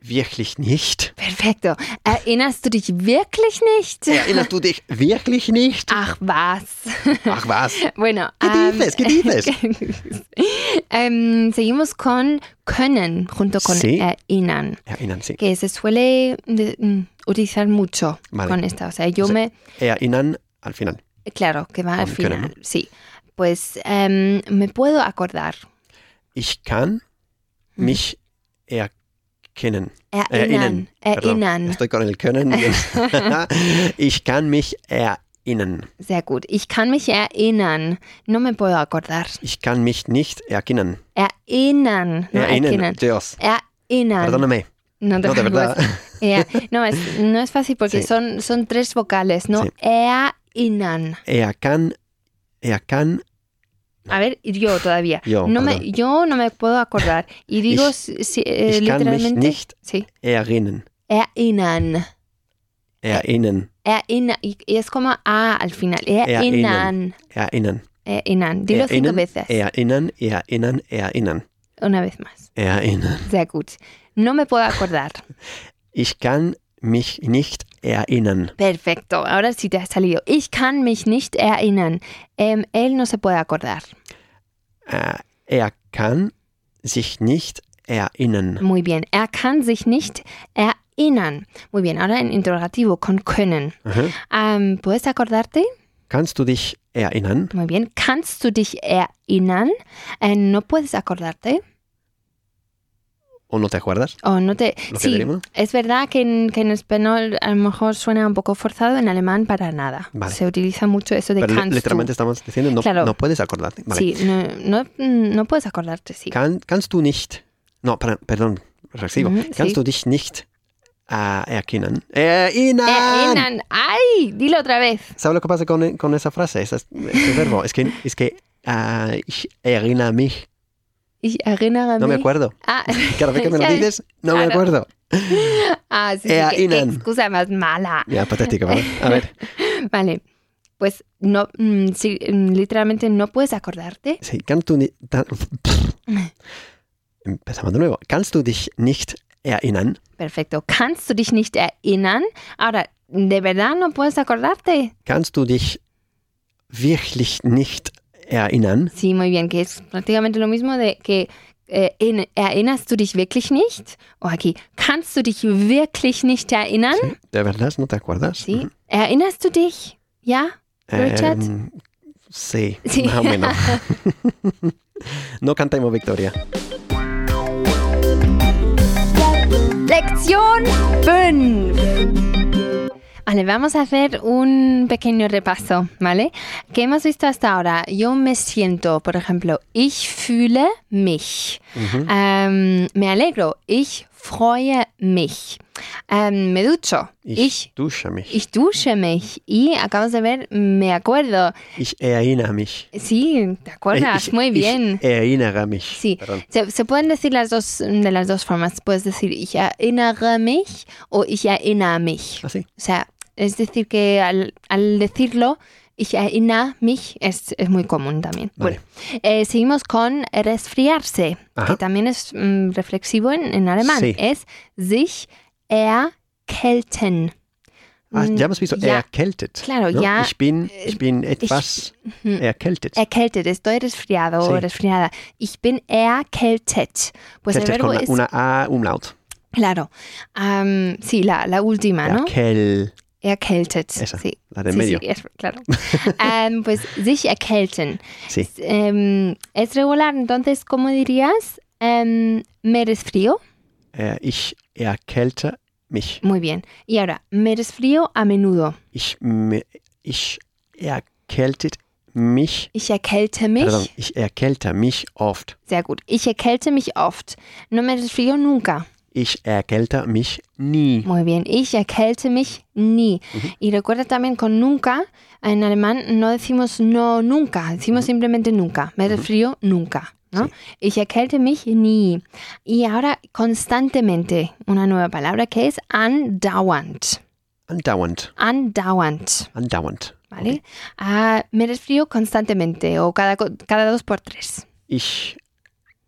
A: wirklich nicht?
B: Perfecto. ¿Erinnerst du dich wirklich nicht?
A: Erinnerst du dich wirklich nicht?
B: Ach, was.
A: Ach was.
B: Bueno,
A: ¿Qué
B: am,
A: dices? ¿Qué dices?
B: Em, seguimos con können junto con eh,
A: Sí.
B: erinnern,
A: Erinnern, sí.
B: que se suele de- mm, utilizar mucho
A: Vale.
B: con esta. O sea, yo
A: Sí.
B: me.
A: Erinnern al final.
B: Claro, que va al
A: Con
B: final.
A: können,
B: Sí. Pues em, me puedo acordar.
A: Ich kann
B: Mhm.
A: mich erkennen.
B: Eh, Erinnern.
A: Eh, Perdón,
B: Erinnern.
A: Estoy con el können. ich kann mich erinnern.
B: Sehr gut. Ich kann mich erinnern. No me puedo acordar.
A: Ich kann mich nicht erinnern.
B: Erinnern. No Ah,
A: Erinnern.
B: erinnern.
A: Dios.
B: Erinnern.
A: Eh, Perdóname.
B: No, te
A: No, de
B: preocupes.
A: verdad.
B: Ea. No, es, no es fácil porque
A: Sí.
B: son, son tres vocales, ¿no?
A: Sí.
B: Ea, inan.
A: Er kann, er kann,
B: A ver, yo todavía.
A: yo,
B: No me,
A: perdón.
B: yo no me puedo acordar. Y digo
A: Ich-
B: si- si- eh,
A: ich kann mich
B: literalmente.
A: nicht
B: Sí.
A: erinnern.
B: E Erinnern.
A: Erinnern.
B: Erinnern. E Y, y es como A al final. E
A: E
B: Erinnern.
A: Erinnern.
B: Erinnern. Dilo cinco
A: erinnern,
B: veces.
A: Erinnern, erinnern, erinnern.
B: Una vez más.
A: Erinnern.
B: Sehr gut. No me puedo acordar.
A: Ich kann mich nicht erinnern.
B: Perfecto. Ahora sí te ha salido. Ich kann mich nicht erinnern. Em, él no se puede acordar.
A: Äh, Er kann sich nicht erinnern.
B: Muy bien. Er kann sich nicht erinnern. Muy bien. Ahora en interrogativo con können.
A: Aha.
B: Am, ¿Puedes acordarte?
A: Kannst du dich erinnern?
B: Muy bien. ¿Kannst du dich erinnern? Eh, ¿No puedes acordarte?
A: ¿O no te acuerdas?
B: ¿O no te...?
A: Lo que
B: Sí,
A: veremos.
B: es verdad que en, que en español a lo mejor suena un poco forzado, en alemán para nada.
A: Vale.
B: Se utiliza mucho eso de
A: Pero li-
B: kannst
A: literalmente
B: du.
A: estamos diciendo, no,
B: Claro.
A: no puedes acordarte. Vale.
B: Sí, no, no, no puedes acordarte, sí.
A: Kann, kannst du nicht, no, per- perdón, reflexivo,
B: Mhm,
A: kannst
B: sí.
A: du dich nicht äh, erkennen? Erinnern!
B: Erinnern. Eh, ¡Ay! Dilo otra vez.
A: ¿Sabes lo que pasa con, con esa frase? Ese, ese verbo. Es que, es que äh, ich erinnere mich.
B: Ich erinnere
A: No me
B: mich.
A: acuerdo.
B: Ah,
A: Cada vez que me lo
B: Ya.
A: dices, no me
B: Claro.
A: acuerdo.
B: ah, sí, sí, qué- qué
A: Erinnern.
B: excusa más mala.
A: Ya, patético, ¿verdad? A ver,
B: Vale. Pues no, mm, sí, mm, literalmente no puedes acordarte.
A: sí, kannst du ni- ta- Empezamos de nuevo. Kannst du dich nicht erinnern?
B: Perfecto. Kannst du dich nicht erinnern? Ahora, ¿de verdad no puedes acordarte?
A: Kannst du dich wirklich nicht erinnern?
B: Sí, muy bien, que es prácticamente lo mismo de que eh, en- erinnerst du dich wirklich nicht? O aquí, ¿kannst du dich wirklich nicht erinnern?
A: ¿De verdad no te acuerdas?
B: Sí. ¿Erinnerst du dich? ¿Ya? Richard?
A: Em, sí,
B: Sí.
A: más o menos. no cantemos victoria.
B: Lección 5. Vale, vamos a hacer un pequeño repaso, ¿vale? ¿Qué hemos visto hasta ahora? Yo me siento, por ejemplo, ich fühle mich.
A: Ujú.
B: Ähm, me alegro, ich freue mich. Ähm, me ducho,
A: Ich,
B: ich,
A: dusche mich. Ich,
B: ich dusche mich. Y acabamos de ver, me acuerdo.
A: erinnere mich.
B: Sí, te acuerdas,
A: Ich-
B: muy
A: ich
B: bien.
A: erinnere mich.
B: Sí.
A: Perdón.
B: Se, se pueden decir las dos de las dos formas. Puedes decir ich erinnere mich o ich erinnere mich.
A: Ah, sí.
B: O sea, es decir que al, al decirlo ich erinnere mich es, es muy común también.
A: Vale.
B: Bueno, eh, seguimos con resfriarse,
A: Ajá.
B: que también es mm, reflexivo en, en alemán.
A: Sí.
B: Es sich erkälten.
A: Ah, ya hemos visto
B: Ja.
A: erkältet.
B: Mm, Claro, Eh,
A: ¿no?
B: ja.
A: Ich bin, ich bin etwas
B: Hm.
A: erkältet.
B: Erkältet, estoy resfriado o
A: Sí.
B: resfriada. Ich bin erkältet. Pues el
A: Erkältet
B: verbo
A: con
B: es.
A: una A umlaut.
B: Claro. Am, sí, la, la última, Ah, ¿no?
A: Erkel,
B: Erkältet.
A: Esa,
B: Sí.
A: la de en
B: Sí,
A: medio.
B: sí, es- claro. Am, pues sich erkälten.
A: Sí.
B: Es, em, es regular, entonces, ¿cómo dirías? Em, me resfrío.
A: Äh, ich erkälte mich.
B: Muy bien. Y ahora, me resfrío a menudo.
A: Ich, me- ich erkältet mich.
B: Ich erkälte mich.
A: Pardon, ich erkälte mich oft.
B: Sehr gut. Ich erkälte mich oft. No me resfrío nunca.
A: Ich erkälte mich nie.
B: Muy bien. Ich erkälte mich nie. Y recuerda también con nunca, en alemán no decimos no nunca, decimos simplemente nunca. Me resfrío nunca. ¿no?
A: Sí.
B: Ich erkälte mich nie. Y ahora constantemente, una nueva palabra que es andauernd.
A: Andauernd.
B: Andauernd.
A: Andauernd.
B: ¿Vale? Ah, me resfrío constantemente o cada, co- cada dos por tres.
A: Ich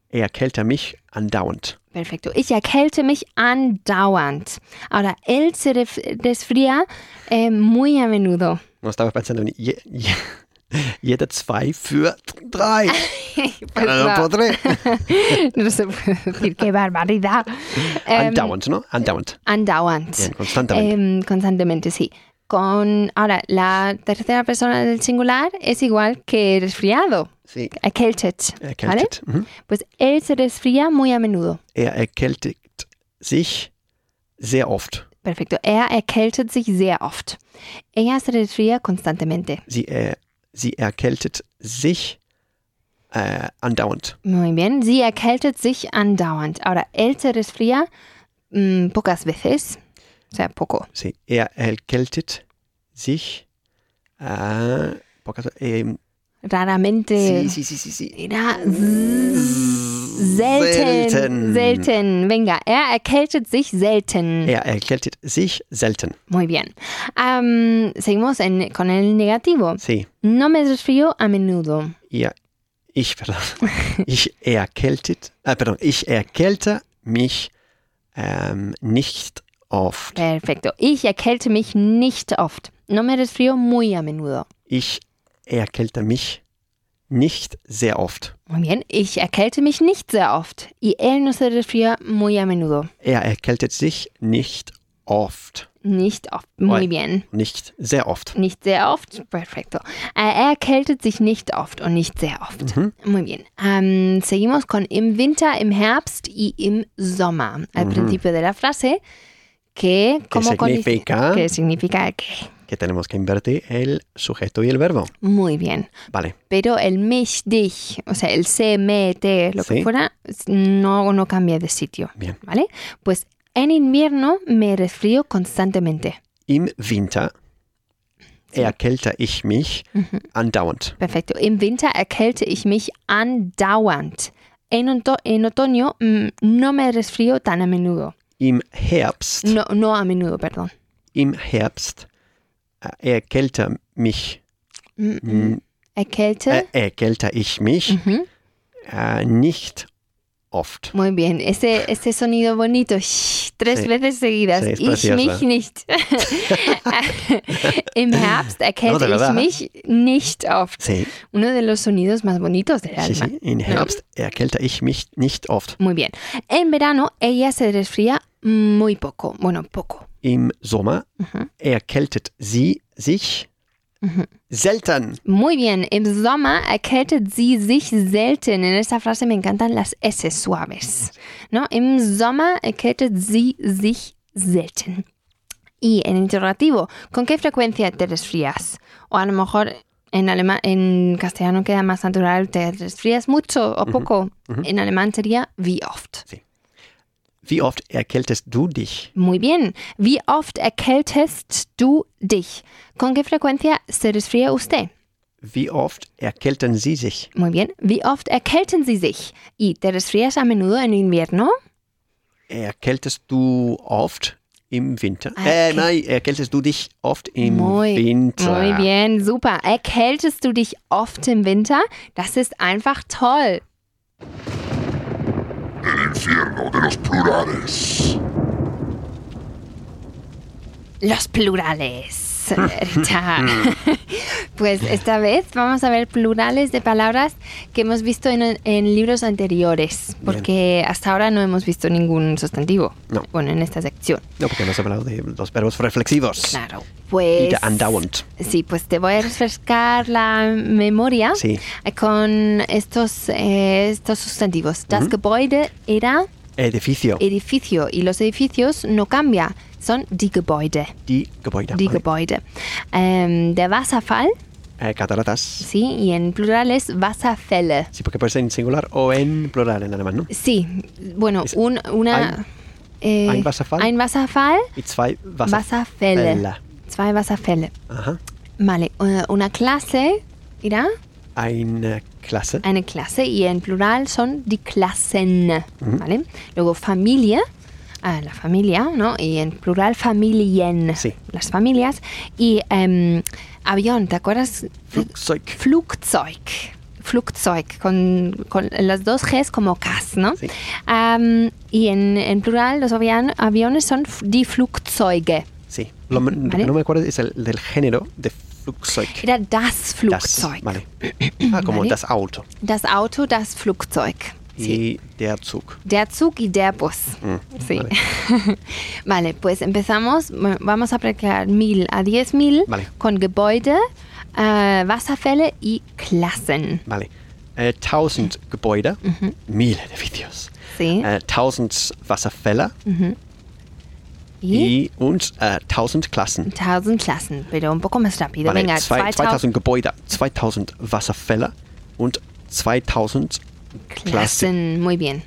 A: erkälte mich andauernd.
B: Perfecto. Ich erkälte mich andauernd. Ahora, él se ref- resfría eh, muy a menudo.
A: No estaba pensando en je, je, jeder zwei für drei.
B: Pues
A: Cada
B: no,
A: dos por tres.
B: no se puede decir qué barbaridad. Em,
A: Andauernd, ¿no?
B: äh,
A: Andauernd.
B: andauernd.
A: Bien, constantemente.
B: Em, constantemente, sí. Con, ahora, la tercera persona del singular es igual que resfriado.
A: sí.
B: Erkältet.
A: Erkältet. Mhm.
B: Pues él se resfría muy a menudo.
A: Er erkältet sich sehr oft.
B: Perfecto. Er erkältet sich sehr oft. Ella se resfría constantemente.
A: Sie, er, sie erkältet sich äh, andauernd.
B: Muy bien. Sie erkältet sich andauernd. Ahora, él se resfría mm, pocas veces. O sea, poco.
A: Sie, er erkältet sich. Äh, boah, also, ähm,
B: Raramente.
A: sie, sie, sie, sie, sie.
B: Era selten.
A: Selten.
B: Selten. Venga, er erkältet sich selten.
A: Er erkältet sich selten.
B: Muy bien. Am, seguimos en- con el negativo.
A: Sie,
B: No me resfrío a menudo.
A: ihr, ich, pardon, ich erkältet, äh, pardon, ich erkälte mich ähm, nicht oft.
B: Perfecto. Ich erkälte mich nicht oft. No me resfrío muy a menudo.
A: Ich erkälte mich nicht sehr oft.
B: Muy bien. Ich erkälte mich nicht sehr oft. Y él no se resfría muy a menudo.
A: Er erkältet sich nicht oft.
B: Nicht oft. Muy
A: Oi.
B: bien.
A: Nicht sehr oft.
B: Nicht sehr oft. Perfecto. Äh, Er erkältet sich nicht oft und nicht sehr oft.
A: Mhm.
B: Muy bien. Am, seguimos con im Winter, im Herbst y im Sommer. Al
A: Ujú.
B: principio de la frase, que
A: Que
B: como condi-
A: significa
B: que significa que.
A: que tenemos que invertir el sujeto y el verbo.
B: Muy bien.
A: Vale.
B: Pero el mich, dich, o sea, el se, me, te, lo
A: Sí.
B: que fuera, no, no cambia de sitio.
A: Bien.
B: ¿Vale? Pues en invierno me resfrío constantemente.
A: Im Winter
B: Sí.
A: erkälte ich mich
B: Ujú.
A: andauernd.
B: Perfecto. Im Winter erkälte ich mich andauernd. En, onto- en otoño mm, no me resfrío tan a menudo.
A: Im Herbst,
B: No, no a menudo, perdón.
A: im Herbst äh, erkälte mich,
B: Mm, mm.
A: äh,
B: Erkälte.
A: erkälte ich mich
B: Ujú.
A: äh, nicht oft.
B: Muy bien, ese, ese sonido bonito, shh, tres
A: Sí.
B: veces seguidas.
A: Sí, es
B: ich
A: preciosa.
B: mich nicht. Im Herbst erkälte
A: No, de
B: ich
A: verdad.
B: mich nicht oft.
A: Sí,
B: Uno de los sonidos más bonitos del
A: sí,
B: alma.
A: sí. Im Herbst erkälte ich mich nicht oft.
B: Muy bien. En verano ella se resfría muy poco. Bueno, poco.
A: Im Sommer
B: Ujú.
A: erkältet sie sich
B: Mhm.
A: selten.
B: Muy bien. Em Im Sommer erkältet sie sich selten. En esta frase me encantan las S suaves. ¿no? Em Im Sommer erkältet sie sich selten. Y en interrogativo, ¿con qué frecuencia te resfrías? O a lo mejor en, alema- en castellano queda más natural, ¿te resfrías mucho o poco? En alemán sería wie oft.
A: Wie oft erkältest du dich?
B: Muy bien. Wie oft erkältest du dich? ¿Con qué frecuencia se resfría usted?
A: Wie oft erkälten sie sich?
B: Muy bien. Wie oft erkälten Sie sich? ¿Y te resfrías a menudo en invierno?
A: Erkältest du oft im Winter?
B: Erkäl-
A: Äh, nein, erkältest du dich oft im
B: Muy,
A: Winter?
B: Muy bien, super. Erkältest du dich oft im Winter? Das ist einfach toll.
C: El infierno de los plurales.
B: Los plurales. Richard. pues esta vez vamos a ver plurales de palabras que hemos visto en, en libros anteriores, porque hasta ahora no hemos visto ningún sustantivo.
A: No.
B: Bueno, en esta sección.
A: No, porque hemos hablado de los verbos reflexivos.
B: Claro.
A: Y
B: Pues.
A: de andauernd.
B: Sí, pues te voy a refrescar la memoria
A: Sí.
B: con estos, eh, estos sustantivos. Das
A: Ujú.
B: Gebäude era
A: Edificio.
B: Eh, edificio y los edificios no cambia, son die Gebäude.
A: Die Gebäude.
B: Die
A: ¿vale?
B: Gebäude. Em, de Wasserfall,
A: Eh, cataratas.
B: sí, y en plural es Wasserfälle.
A: Sí, porque puede ser en singular o en plural en alemán, ¿no?
B: Sí, bueno,
A: Es
B: un- una... eh,
A: ein- ein Wasserfall?
B: Ein Wasserfall,
A: Y zwei Wasser-
B: Wasserfälle.
A: Fälle.
B: Zwei Wasserfälle.
A: Ajá.
B: Vale, eh, una clase, ¿irá?
A: Eine äh, Klasse.
B: Eine Klasse y en plural son die Klassen, ¿vale? Luego familia, ah, la familia, ¿no? Y en plural Familien,
A: Sí.
B: las familias. Y em, avión, ¿te acuerdas?
A: Flugzeug.
B: Flugzeug. Flugzeug, con, con las dos Gs como Ks, ¿no?
A: Sí.
B: Am, y en, en plural los avian- aviones son f- die Flugzeuge.
A: Sí. Lo, lo
B: Vale.
A: que no me acuerdo es el del género de Flugzeug.
B: Era das
A: Das.
B: Flugzeug.
A: Vale. Ah, como
B: Vale.
A: das Auto.
B: Das Auto, das Flugzeug.
A: Y der Zug.
B: Der Zug y der Bus.
A: Mm,
B: Sí.
A: vale.
B: Vale. pues empezamos. Bueno, Vamos a practicar mil a diez mil
A: Vale.
B: con Gebäude, äh, Wasserfälle y Klassen.
A: Vale. Äh, 1000 Gebäude, mil edificios.
B: Mhm. Sí. Mhm.
A: Äh, 1000 Wasserfälle
B: y
A: i- und äh, 1000 Klassen.
B: 1000 Klassen. Pero un poco más rápido.
A: Vale,
B: Venga,
A: zwei,
B: 2000
A: 2000 Gebäude, 2000 Wasserfälle und 2000 Klassen.
B: Klassen. Muy bien.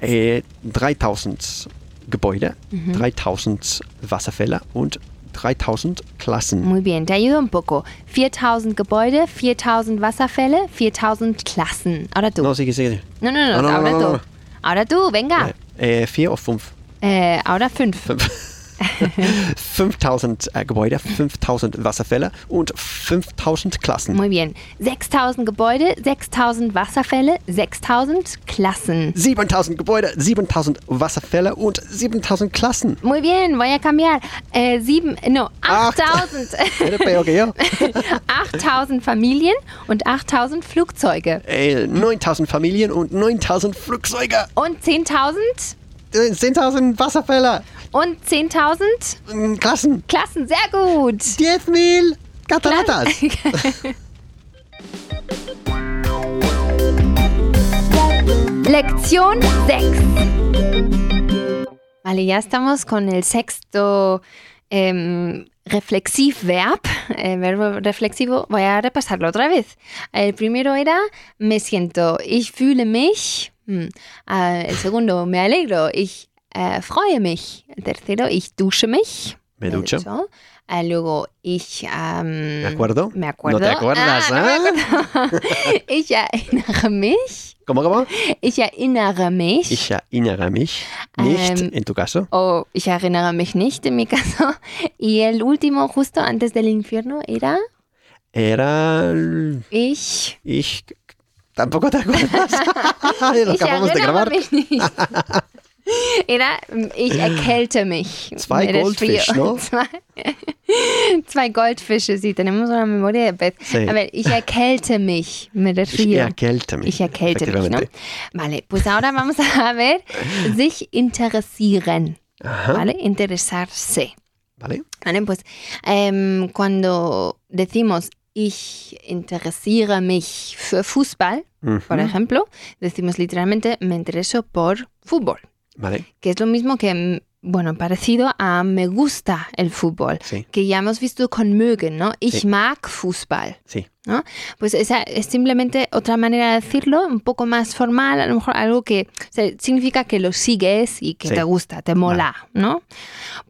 A: Äh, 3000 Gebäude,
B: Mhm.
A: 3000 Wasserfälle und 3000 Klassen.
B: Muy bien. Te ayudo un poco. 4000 Gebäude, 4000 Wasserfälle, 4000 Klassen. Ahora tú.
A: No, sigue, sigue.
B: No, no,
A: No, no,
B: no.
A: no, no,
B: ahora tú.
A: no, no.
B: Ahora tú, venga.
A: Äh, 4 auf 5.
B: Äh, ahora fünf.
A: 5000 äh, Gebäude, 5000 Wasserfälle und 5000 Klassen.
B: Muy bien. 6000 Gebäude, 6000 Wasserfälle, 6000 Klassen.
A: 7000 Gebäude, 7000 Wasserfälle und 7000 Klassen.
B: Muy bien, voy a cambiar. Eh, sieben, no,
A: Acht.
B: 8000.
A: Era peor que yo.
B: 8000 Familien und 8000 Flugzeuge.
A: Äh, 9000 Familien und 9000 Flugzeuge,
B: Und 10.000
A: äh, 10.000 Wasserfälle,
B: und 10.000
A: äh, Klassen,
B: Klassen. Sehr gut.
A: 10.000 cataratas.
B: Lección 6. Vale, ya estamos con el sexto em, reflexive verb, eh, verbo reflexivo. Voy a repasarlo otra vez. El primero era me siento, ich fühle mich. Mm. Ah, el segundo, me alegro, ich eh, freue mich. El tercero, ich dusche mich.
A: Me ducho.
B: ducho. Ah, luego, ich... am,
A: ¿De acuerdo?
B: me acuerdo.
A: No te acuerdas,
B: Ah, no me
A: ¿eh?
B: acuerdo. ich erinnere mich.
A: ¿Cómo, cómo?
B: Ich erinnere mich.
A: Ich erinnere mich nicht,
B: Ähm,
A: en tu caso.
B: o ich erinnere mich nicht, en mi caso. Y el último, justo antes del infierno, era
A: Era.
B: ich.
A: Ich. Tampoco te acuerdas. Lo
B: ich
A: acabamos de
B: erinnere
A: grabar.
B: mich nicht. Era, ich erkälte mich.
A: Zwei
B: Era
A: Goldfisch,
B: frío.
A: ¿no?
B: Zwei, zwei Goldfische, sí, tenemos una memoria de pez.
A: Sí.
B: A ver, ich erkälte mich. Me
A: Ich
B: refiero.
A: erkälte mich.
B: Ich erkälte mich, ne?
A: Efectivamente.
B: Vale, pues ahora vamos a ver sich interessieren,
A: Ajá.
B: ¿vale? Interesarse.
A: Vale.
B: Vale, pues em, cuando decimos ich interessiere mich für Fußball,
A: Ujú.
B: por ejemplo, decimos literalmente me intereso por fútbol,
A: Vale,
B: que es lo mismo que, mm, bueno, parecido a me gusta el fútbol,
A: sí.
B: que ya hemos visto con mögen, ¿no? Ich
A: Sí.
B: mag Fußball.
A: Sí.
B: ¿no? Pues esa es simplemente otra manera de decirlo, un poco más formal, a lo mejor algo que o sea, significa que lo sigues y que
A: Sí.
B: te gusta, te mola, ¿no?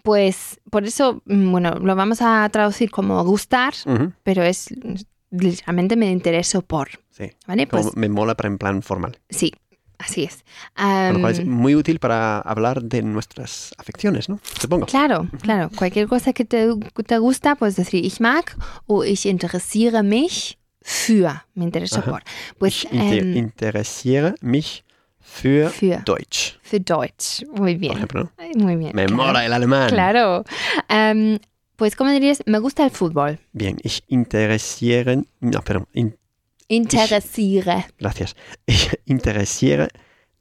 B: Pues por eso, mm, bueno, lo vamos a traducir como gustar,
A: Ujú,
B: pero es mm, literalmente me intereso por,
A: sí.
B: ¿vale? Pues
A: Como me mola, pero en plan formal.
B: sí, así es.
A: Con lo cual es
B: Am,
A: muy útil para hablar de nuestras afecciones, ¿no? Supongo.
B: Claro, claro. Cualquier cosa que te, te gusta, puedes decir ich mag o ich interessiere mich für. Me intereso
A: Ajá.
B: por. Pues
A: ich inter
B: em,
A: interessiere mich für,
B: für.
A: Deutsch,
B: für Deutsch. Muy
A: por
B: bien.
A: ejemplo. ¿no?
B: Muy bien.
A: Me
B: claro.
A: mola el alemán.
B: Claro. Em, Pues, ¿cómo dirías? Me gusta el fútbol.
A: Bien, ich interessieren, no, perdón, in-
B: Interessiere.
A: gracias. Ich interessiere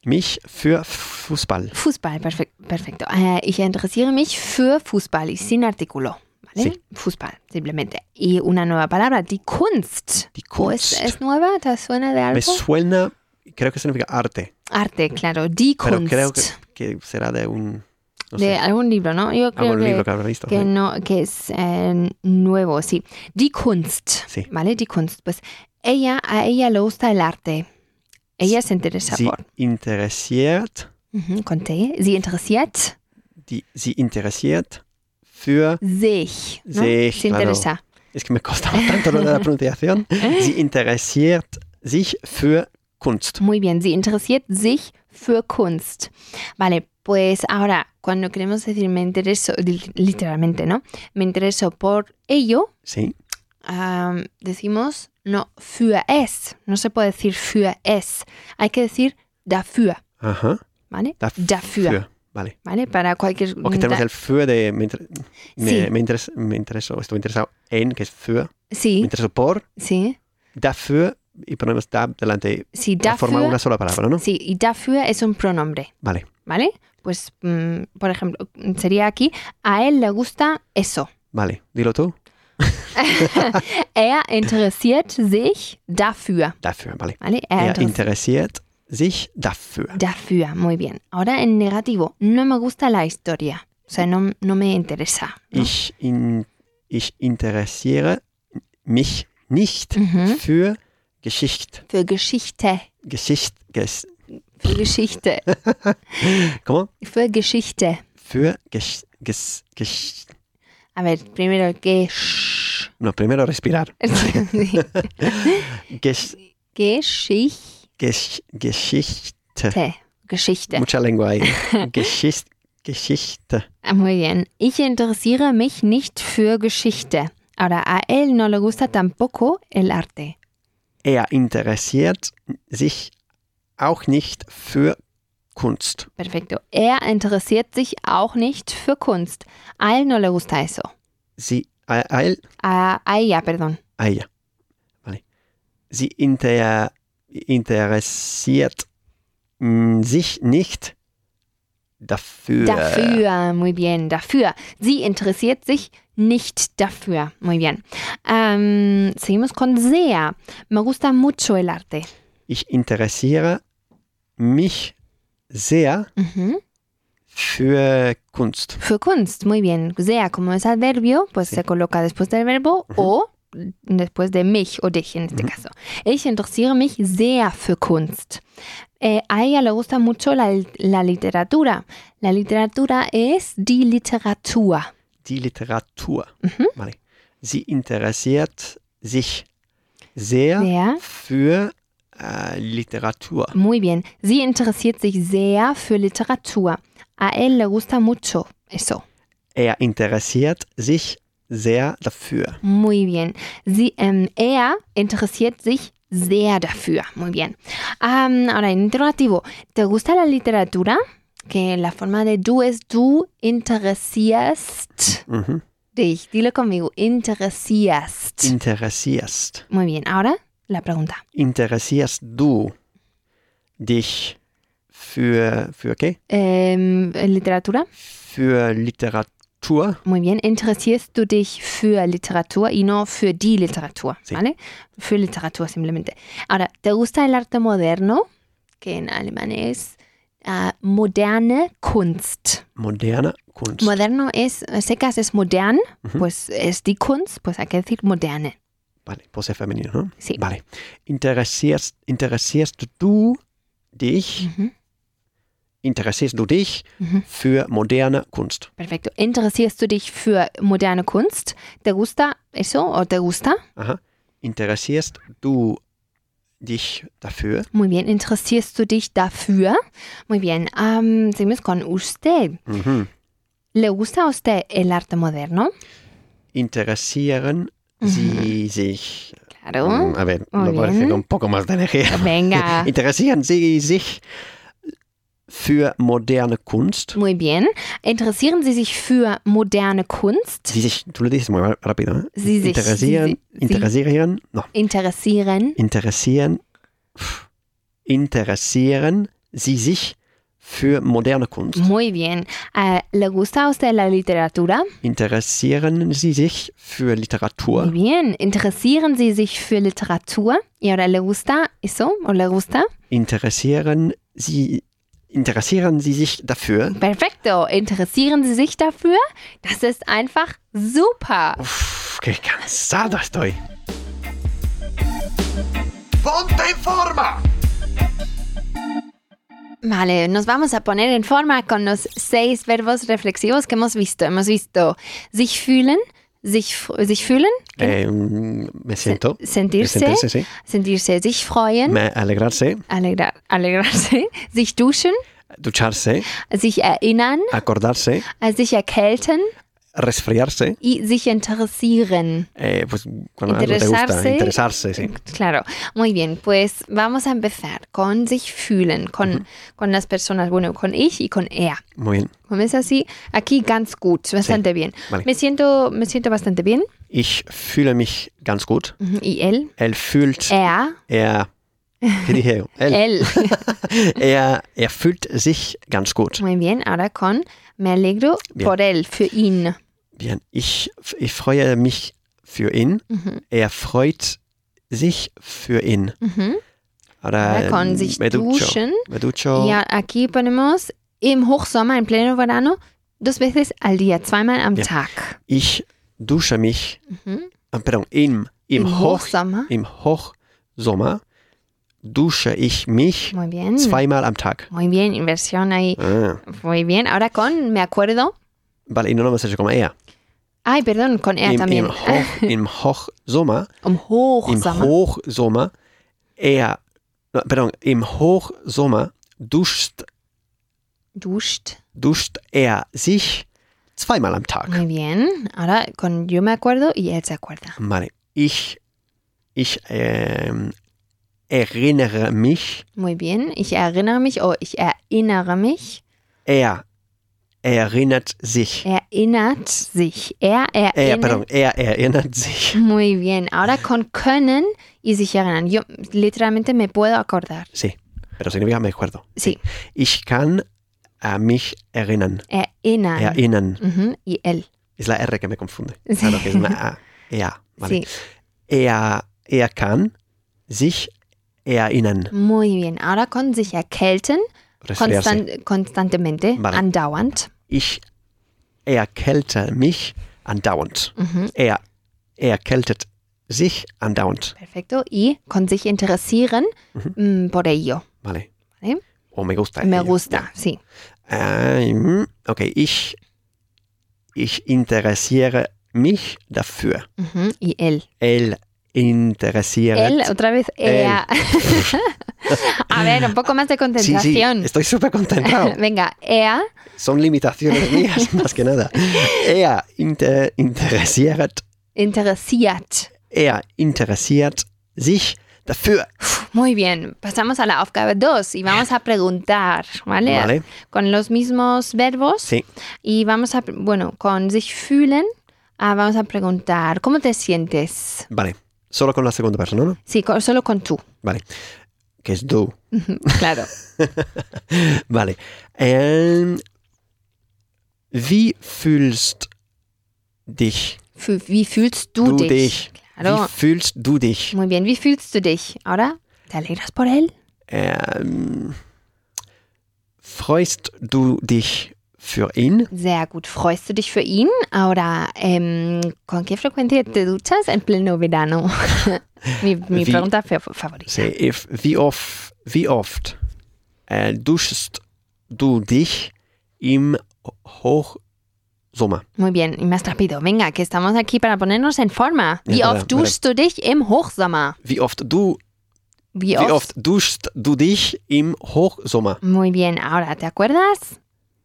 A: mich für Fußball.
B: Fußball, perfect- perfecto. Eh, ich interessiere mich für Fußball, y sin artículo. ¿Vale?
A: Sí.
B: Fußball, simplemente. Y una nueva palabra, die Kunst.
A: Die
B: Pues,
A: Kunst.
B: ¿Es nueva? ¿Te suena de algo?
A: Me suena, creo que significa arte,
B: Arte, claro. Die
A: Mm. pero
B: Kunst.
A: creo que, que será de un, no sé,
B: de algún libro, ¿no? Yo creo
A: algún
B: que,
A: libro que habrá visto.
B: que
A: ¿no?
B: no, que es eh, nuevo, sí. Die Kunst,
A: Sí.
B: ¿vale? Die Kunst. Pues ella, a ella le gusta el arte. Ella se interesa
A: Sie
B: por.
A: interessiert,
B: Ujú, con T. Sie interessiert
A: die, sie interessiert für,
B: sich. ¿no?
A: Sich,
B: se
A: claro.
B: interesa.
A: es que me costaba tanto lo de la pronunciación, sie interessiert sich für Kunst.
B: Muy bien, sie interessiert sich für Kunst. Vale, pues ahora, cuando queremos decir me intereso, li- literalmente, ¿no? Me intereso por ello,
A: Sí,
B: am, decimos no für es. No se puede decir für es. Hay que decir dafür,
A: ajá.
B: ¿vale?
A: Daf-
B: Dafür,
A: Für, Vale.
B: ¿vale? Para cualquier.
A: O que tenemos el halt für de me, inter- me,
B: Sí.
A: me interes- me intereso, estoy interesado en, que es für, me
B: Sí,
A: intereso por,
B: sí,
A: dafür, y ponemos da delante
B: sí,
A: para formar
B: dafür.
A: una sola palabra, ne? ¿no?
B: Sí, y dafür es un pronombre,
A: Vale.
B: ¿vale? Pues, mm, por ejemplo, sería aquí, a él le gusta eso.
A: Vale, dilo tú.
B: Er interessiert sich dafür,
A: Dafür, vale.
B: ¿vale?
A: Er
B: interessiert-
A: interessiert sich dafür.
B: Dafür, muy bien. Ahora en negativo, no me gusta la historia. O sea, no, no me interesa. ¿no?
A: Ich, in, ich interessiere mich nicht
B: Mhm.
A: für Geschichte.
B: Für Geschichte.
A: Geschicht, ges,
B: Für Geschichte.
A: ¿Cómo?
B: Für Geschichte.
A: Für ges, ges, ges-
B: A ver, primero Gesch.
A: No, primero respirar. Ges,
B: Geschichte.
A: ges, Geschichte.
B: Geschichte.
A: Mucha lengua ahí. Geschicht, Geschichte.
B: Ah, Muy bien. Ich interessiere mich nicht für Geschichte. Ahora, a él no le gusta tampoco el arte.
A: Er interessiert sich auch nicht für Kunst.
B: Perfecto. Er interessiert sich auch nicht für Kunst. A él no le gusta eso.
A: Sie, a, a él
B: A, a ella, perdón.
A: a ella. Vale. Sie inter, interessiert mm, sich nicht dafür.
B: Dafür, muy bien, dafür. Sie interessiert sich nicht dafür. Muy bien. Ähm, seguimos con sehr. Me gusta mucho el arte.
A: Ich interessiere mich sehr
B: Ujú.
A: für Kunst.
B: Für Kunst, muy bien. Sehr, como es adverbio, pues
A: Sí.
B: se coloca después del verbo
A: Ujú.
B: o después de mich o dich en este caso. Ich interessiere mich sehr für Kunst. Eh, a ella le gusta mucho la, la literatura. La literatura es die Literatur.
A: Die Literatur.
B: Mhm.
A: Vale. Sie interessiert sich sehr
B: Sehr.
A: für äh, Literatur.
B: Muy bien. Sie interessiert sich sehr für Literatur. A él le gusta mucho eso.
A: Er interessiert sich sehr dafür.
B: Muy bien. Sie, ähm, er interessiert sich sehr dafür. Muy bien. Am, ahora, en interrogativo. ¿Te gusta la literatura? Que la forma de du es du interessierst
A: Mhm.
B: dich. Dilo conmigo. Interessierst.
A: Interessierst.
B: Muy bien. Ahora, la pregunta.
A: interessierst du dich für, für, okay?
B: Ähm, ¿Literatura?
A: für Literatur?
B: Muy bien. Interessierst du dich für Literatur y no für die Literatur,
A: Sí.
B: ¿vale? Für Literatur simplemente. Ahora, ¿te gusta el arte moderno? Que en alemán es ah, moderne Kunst.
A: Moderne Kunst.
B: Moderno es, secas es modern,
A: Ujú.
B: pues es die Kunst, pues hay que decir moderne.
A: vale, pose femenino, ¿no?
B: Sí.
A: Vale. Interessierst, interessierst du dich,
B: Ujú,
A: interessierst du dich
B: ujú.
A: für moderne Kunst?
B: Perfecto. ¿Interessierst du dich für moderne Kunst? ¿Te gusta eso o te gusta?
A: Aha. Interessierst du dich dafür?
B: Muy bien. ¿Interessierst du dich dafür? Muy bien. Um, seguimos con usted.
A: Mhm.
B: ¿Le gusta a usted el arte moderno?
A: Interessieren
B: Mhm.
A: sie sich?
B: Claro.
A: Mm, A ver,
B: Muy
A: lo parece
B: bien.
A: con un poco más de energía.
B: Venga.
A: interessieren Sie sich für moderne Kunst.
B: Muy bien. Interessieren Sie sich für moderne Kunst?
A: Sie sich, tú lo dices muy rápido, ¿eh?
B: Sie sich-
A: interessieren,
B: sie- sie-
A: interessieren, no,
B: Interessieren.
A: interessieren, pff, interessieren Sie sich für moderne Kunst.
B: Muy bien. Eh, ¿Le gusta a usted la literatura?
A: Interessieren Sie sich für Literatur.
B: Muy bien. ¿Interessieren Sie sich für Literatur? ¿Y ahora le gusta eso? ¿O le gusta?
A: interessieren Sie, interessieren Sie sich dafür?
B: Perfecto. ¿Interessieren Sie sich dafür? Das ist einfach super.
A: Uff, qué cansado estoy.
B: Vale, nos vamos a poner en forma con los seis verbos reflexivos que hemos visto. Hemos visto sich fühlen, sich, f- sich fühlen,
A: Eh, me siento.
B: sentirse,
A: sentirse, sí.
B: sentirse, sich freuen,
A: Me alegrarse,
B: alegrar, alegrarse, sich duschen,
A: ducharse,
B: sich erinnern,
A: acordarse,
B: äh, sich erkälten
A: resfriarse.
B: y sich interessieren.
A: Eh, pues cuando algo te gusta,
B: Interesarse.
A: interesarse, sí.
B: Claro, muy bien, pues vamos a empezar con sich fühlen, con, con las personas, bueno, con ich y con er.
A: Muy bien.
B: ¿Cómo es así? Aquí ganz gut, bastante bien.
A: vale.
B: Me, siento, me siento bastante bien.
A: Ich fühle mich ganz gut.
B: Ujú, Y él,
A: Er fühlt,
B: er,
A: er, ¿qué dije yo? Él.
B: él. Eh.
A: Er, er fühlt sich ganz gut.
B: Muy bien, ahora con me alegro
A: Bien.
B: por él, für ihn.
A: Bien. Ich, ich freue mich für ihn.
B: Ujú,
A: Er freut sich für ihn.
B: ujú.
A: Ahora,
B: Ahora con
A: em,
B: sich
A: me ducho.
B: duschen.
A: Me ducho.
B: Y a- aquí ponemos im Hochsommer, en pleno verano, dos veces al día, zweimal am
A: Bien.
B: Tag.
A: Ich dusche mich.
B: Ujú.
A: ah, Perdón, im, im, Hoch,
B: Mhm. Hochsommer.
A: im Hochsommer dusche ich mich
B: Muy bien.
A: zweimal am Tag.
B: Muy bien, inversión ahí.
A: Ah,
B: Muy bien, ahora con me acuerdo.
A: vale, y no lo hemos hecho como ella.
B: Ay, perdón, con er
A: Im,
B: también.
A: im, Hoch, Im Hochsommer,
B: Im
A: im
B: Hochsommer.
A: Hochsommer, er, no, perdón, im Hochsommer duscht,
B: Duscht.
A: duscht er sich zweimal am Tag.
B: Muy bien. Ahora con yo me acuerdo y él se acuerda.
A: Vale, ich, ich ähm, erinnere mich,
B: Muy bien. Ich erinnere mich, oh, ich erinnere mich.
A: er erinnert sich.
B: Erinnert sich. Er
A: Er,
B: erinnert. Hm.
A: pardon, er erinnert sich.
B: Muy bien. Ahora con können y sich erinnern. Yo literalmente me puedo acordar.
A: Sí, pero significa me acuerdo.
B: Sí.
A: Ich kann äh, mich erinnern.
B: Erinnern.
A: Erinnern.
B: Ujú, Y él.
A: Es la R que me confunde.
B: Sí.
A: Claro Ah, que es una A. Er, vale. E
B: Sí.
A: Er, er kann sich E erinnern.
B: Muy bien. Ahora con sich erkälten.
A: Resfriarse.
B: Konstant, constantemente.
A: Pues Vale.
B: Andauernd.
A: Ich erkälte mich andauernd. E
B: Ujú.
A: Er erkältet sich andauernd.
B: Perfecto. Y con sich interessieren mm, por ello.
A: Vale.
B: Vale.
A: O me gusta.
B: Me
A: ello.
B: gusta, sí.
A: Ja. Ähm, okay, ich, ich interessiere mich dafür.
B: Ujú. Y él.
A: El
B: Él,
A: interessiert.
B: otra vez,
A: Él.
B: ella. A ver, un poco más
A: Sí,
B: de
A: sí,
B: concentración.
A: estoy súper concentrado.
B: Venga, ea,
A: Son limitaciones mías, más que nada. Er inter, interessiert,
B: interessiert.
A: er interessiert sich dafür.
B: Muy bien, pasamos a la Aufgabe 2 y vamos a preguntar, ¿vale?
A: Vale.
B: Con los mismos verbos
A: Sí.
B: y vamos a, bueno, con sich fühlen, ah, vamos a preguntar, ¿cómo te sientes?
A: Vale, solo con la segunda persona, ¿no?
B: Sí, con- solo con tú,
A: Vale, que es du.
B: claro.
A: Vale. Ähm, wie fühlst dich?
B: Fü- ¿Wie fühlst du,
A: Du dich.
B: Claro.
A: Wie fühlst du dich?
B: Muy bien, ¿wie fühlst du dich? Ahora, ¿te alegras por él?
A: Ähm, freust du dich für ihn?
B: Sehr gut. Freust du dich für ihn? Ahora, em, ¿con qué frecuencia te duchas en pleno verano? mi mi
A: Wie-
B: pregunta fa- favorita.
A: Say, if, wie oft, wie oft äh, duschst du dich im Hochsommer?
B: Muy bien, y más rápido. Venga, que estamos aquí para ponernos en forma.
A: Ja,
B: Wie
A: verdad,
B: oft duschst du dich im Hochsommer?
A: Wie oft du,
B: Wie
A: wie
B: oft?
A: oft duschst du dich im Hochsommer?
B: Muy bien, ahora, ¿te acuerdas?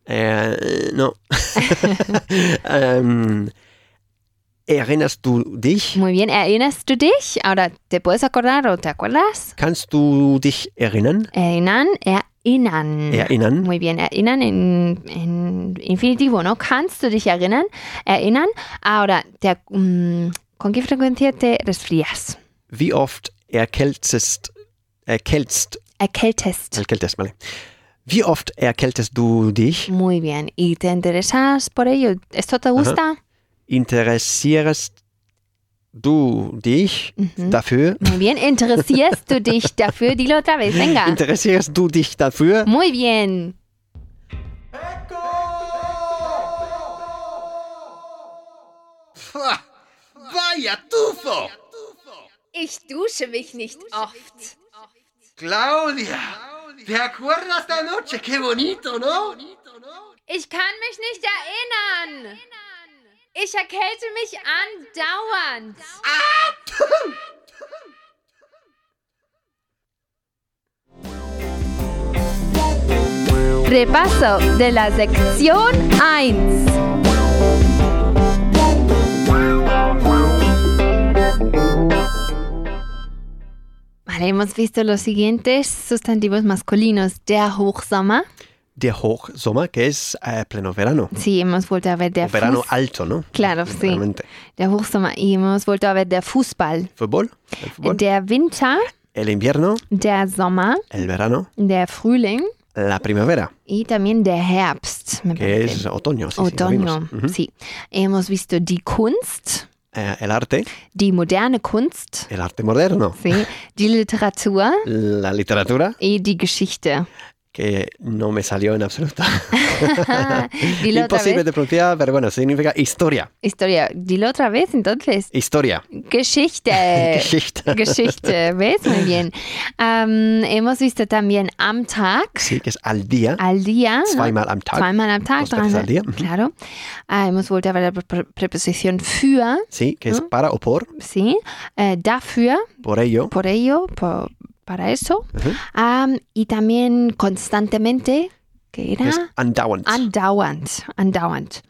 A: Äh, no. ähm, erinnerst du dich?
B: Muy bien, ¿erinnerst du dich? Ahora, ¿te puedes acordar o te acuerdas?
A: Kannst du dich erinnern?
B: Erinnern, erinnern.
A: Erinnern.
B: Muy bien, erinnern en, en infinitivo, ¿no? Kannst du dich erinnern? Erinnern. Ahora, te ac- mm, ¿con qué frecuencia te resfrías?
A: Wie oft erkältest, erkältst,
B: Erkältest.
A: erkältest, vale. Wie oft erkältest du dich?
B: Muy bien. ¿Y te interesas por ello? ¿Esto te gusta?
A: Interessierst du dich
B: Ujú.
A: dafür?
B: Muy bien. ¿Interesías tú dich dafür? Dilo otra vez, venga.
A: Interessierst du dich dafür?
B: Muy bien.
C: Vaya tufo.
B: Ich dusche mich nicht oft.
C: Claudia, ¿te acuerdas esta noche? Qué bonito, ¿no?
B: Ich kann mich nicht erinnern. Ich erkälte mich andauernd. Repaso de la sección 1. Vale, hemos visto los siguientes sustantivos masculinos. Der Hochsommer.
A: Der Hochsommer, que es eh, pleno verano.
B: Sí, hemos vuelto a ver der
A: O verano
B: Fuß-
A: alto, ¿no?
B: Claro, sí.
A: Realmente.
B: Der Hochsommer. Y hemos vuelto a ver der Fußball.
A: Fútbol, el fútbol.
B: Der Winter,
A: El invierno,
B: der Sommer,
A: el verano,
B: der Frühling
A: la primavera,
B: y también der Herbst. Oh, me
A: que
B: parece.
A: es otoño. sí, sí, lo
B: Otoño.
A: vimos. Ujú.
B: Sí. Hemos visto die Kunst,
A: Eh, el arte,
B: die moderne Kunst,
A: el arte moderno,
B: sí, die Literatur
A: la literatura,
B: y die Geschichte.
A: que no me salió en absoluto.
B: dilo otra
A: Imposible
B: vez.
A: de pronunciar, pero bueno, significa historia.
B: Historia. Dilo otra vez, entonces.
A: Historia.
B: Eh. Geschichte.
A: Geschichte.
B: Geschichte. ¿Ves? Muy bien. Ähm, hemos visto también am Tag,
A: Sí, que es al día,
B: al día. ¿no?
A: zweimal am Tag.
B: Zweimal am Tag,
A: Dos veces al día.
B: Claro. Ah, hemos vuelto a ver la pre- preposición für,
A: Sí, que es
B: ¿Mm?
A: para o por,
B: ¿sí? Eh, dafür,
A: por ello.
B: por ello, por- para eso.
A: Ujú.
B: Am, y también constantemente, que
A: que
B: era
A: Es andauernd.
B: andauernd. andauernd.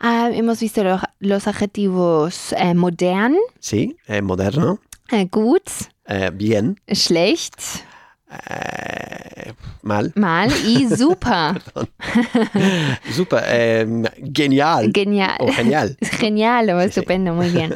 B: Ah, hemos visto lo- los adjetivos eh, modern,
A: sí, eh, moderno,
B: eh, gut,
A: eh, bien,
B: schlecht,
A: eh, mal,
B: mal y super.
A: super, eh, genial
B: Genial.
A: o genial.
B: Genial, oh,
A: Sí, sí.
B: estupendo, muy bien.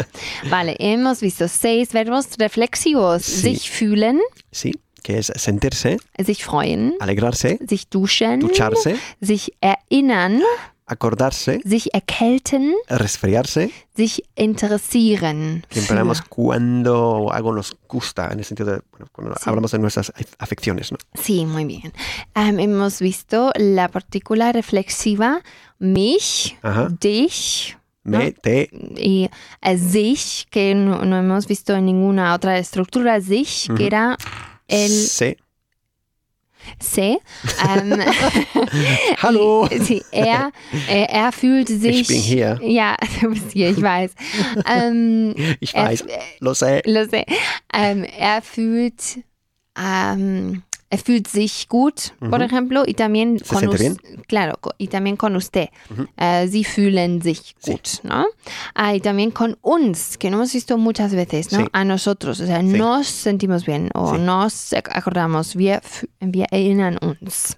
B: Vale, hemos visto seis verbos reflexivos.
A: Sí.
B: Sich fühlen,
A: Sí, que es sentirse,
B: sich freuen,
A: alegrarse,
B: sich duschen,
A: ducharse,
B: sich erinnern,
A: acordarse,
B: sich erkälten,
A: resfriarse.
B: sich interessieren.
A: Que
B: Für.
A: empleamos cuando algo nos gusta, en el sentido de, bueno, cuando
B: Sí.
A: hablamos de nuestras af- afecciones, ¿no?
B: Sí, muy bien. Ähm, hemos visto la partícula reflexiva mich,
A: Ajá.
B: dich
A: Me, te,
B: y eh, sich, que no, no hemos visto en ninguna otra estructura, sich,
A: Ujú.
B: que era el
A: se.
B: C. Ähm, eh,
A: Hallo.
B: Sie, er, er, er fühlt sich.
A: Ich bin hier.
B: Ja, du bist hier, ich weiß. ähm,
A: Ich
B: er,
A: weiß, lo sé.
B: lo sé. Ähm, er fühlt. Ähm, er fühlt sich gut, por
A: Mhm.
B: ejemplo, y también
A: Se
B: con
A: siente
B: us- claro, co- y también con usted.
A: Mhm.
B: Eh, sie fühlen sich
A: Sí.
B: gut, ¿no? Ah, y también con uns, que no hemos visto muchas veces, ¿no?
A: Sí.
B: A nosotros, o sea,
A: Sí.
B: nos sentimos bien o
A: Sí.
B: nos ac- acordamos, wir, fü- wir erinnern uns.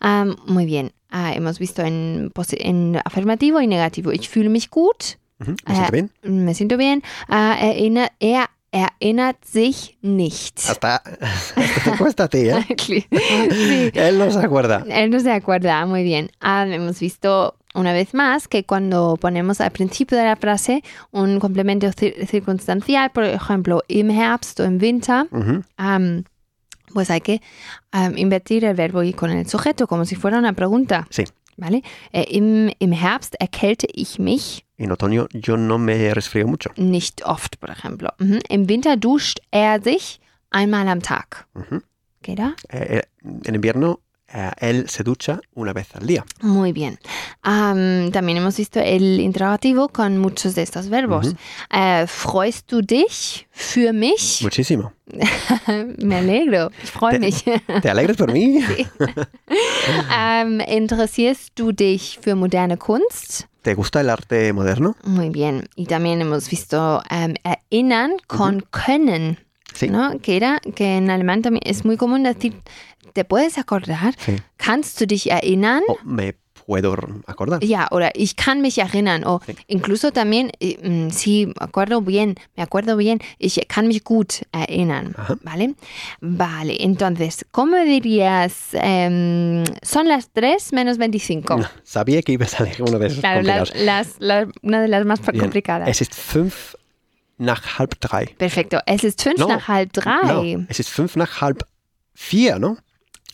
B: Ah, muy bien. Ah, hemos visto en, posi- en afirmativo y negativo. Ich fühle mich gut,
A: Ujú, ¿Me siento
B: Eh,
A: bien?
B: me siento bien. Ah, erina- er erinnert sich nicht.
A: Hasta, hasta te cuesta a ti, ¿eh?
B: Sí.
A: Él no se acuerda.
B: Él no se acuerda, muy bien. Ah, hemos visto una vez más que cuando ponemos al principio de la frase un complemento cir- circunstancial, por ejemplo, im Herbst o im Winter,
A: Ujú,
B: am, pues hay que am, invertir el verbo y con el sujeto, como si fuera una pregunta.
A: Sí.
B: ¿Vale? Eh, im, Im Herbst erkälte ich mich
A: En otoño yo no me resfrío mucho.
B: nicht oft, por ejemplo. Ujú. Im Winter duscht er sich einmal am Tag.
A: Ujú.
B: ¿Qué era?
A: Eh, eh, en invierno eh, él se ducha una vez al día.
B: Muy bien. Ähm, Am, también hemos visto el interrogativo con muchos de estos verbos.
A: Ujú.
B: Eh, ¿Freust du dich für mich?
A: Muchísimo.
B: Me alegro, ich freue
A: Te-
B: mich.
A: ¿Te alegres por mí?
B: Am, Ähm, ¿Interessierst du dich für moderne Kunst?
A: ¿Te gusta el arte moderno?
B: Muy bien. Y también hemos visto am, erinnern con ähm, können.
A: Sí.
B: ¿no? Que era que en alemán también es muy común decir, ¿te puedes acordar?
A: Sí.
B: ¿Kannst du dich erinnern?
A: O me puedo acordar.
B: Ja, oder ich kann mich erinnern. O
A: Sí.
B: incluso también, eh, mm, sí, me acuerdo bien, me acuerdo bien, ich kann mich gut erinnern.
A: Ajá.
B: ¿Vale? Vale, entonces, ¿cómo dirías? em, son las 3 menos 25.
A: Sabía que iba a salir uno de esos
B: Claro, las-
A: complicados.
B: las- las- una de las más
A: Bien.
B: complicadas.
A: Es ist fünf nach halb drei.
B: Perfecto. Es ist 5
A: No,
B: nach halb 3.
A: No, es ist fünf nach halb vier, ¿no?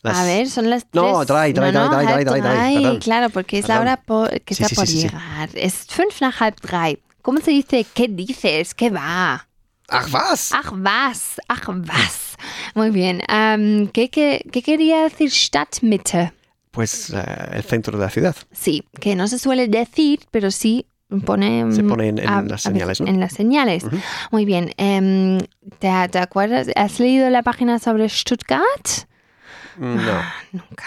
A: Las-
B: A ver, son las tres.
A: No, drei, drei,
B: no, no,
A: drei, drei,
B: halb
A: drei, drei,
B: drei.
A: perdón.
B: Claro, porque es la
A: Perdón.
B: hora por, que
A: Sí,
B: está
A: sí,
B: por
A: sí, sí, sí.
B: llegar. Es fünf nach halb drei. ¿Cómo se dice? ¿Qué dices? ¿Qué va?
A: Ach, was?
B: Ach was, ach was. Muy bien. Am, ¿qué, qué, qué quería decir Stadtmitte?
A: Pues eh, el centro de la ciudad.
B: Sí, que no se suele decir, pero sí pone...
A: Se
B: mm,
A: pone en, en
B: a-
A: las
B: a veces
A: señales, ¿no?
B: En las señales.
A: Ujú.
B: Muy bien. em, ¿te, te acuerdas? ¿Has leído la página sobre Stuttgart?
A: No.
B: Ah. Nunca.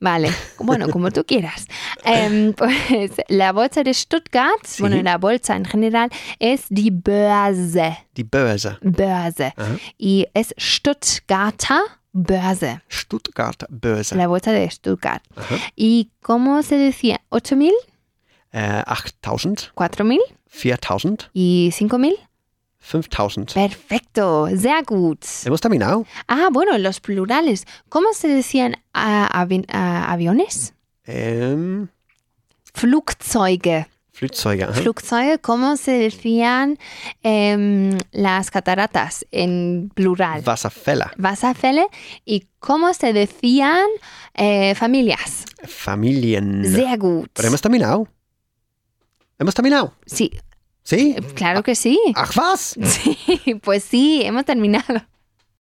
B: Vale, bueno, como tú quieras. Em, pues la bolsa de Stuttgart,
A: Sí.
B: bueno, la bolsa en general, es die Börse.
A: Die Börse.
B: Börse.
A: Ajá.
B: Y es Stuttgarter Börse.
A: Stuttgart Börse.
B: La bolsa de Stuttgart.
A: Ah. Ajá.
B: ¿Y cómo se decía? ¿8000?
A: Äh, 8000,
B: ¿4000?
A: 4000,
B: ¿Y 5000?
A: 5000.
B: Perfecto, sehr gut.
A: Hemos terminado.
B: Ah, bueno, los plurales. ¿Cómo se decían ah, avi- ah, aviones?
A: Ähm,
B: Flugzeuge.
A: Flugzeuge. aha.
B: Flugzeuge, ¿cómo se decían em, las cataratas en plural?
A: Wasserfälle.
B: Wasserfälle. ¿Y cómo se decían eh, familias?
A: Familien.
B: Sehr gut.
A: Pero hemos terminado. Hemos terminado.
B: Sí,
A: ¿Sí?
B: Äh, claro que sí.
A: Ach was.
B: Sí, pues sí, hemos terminado.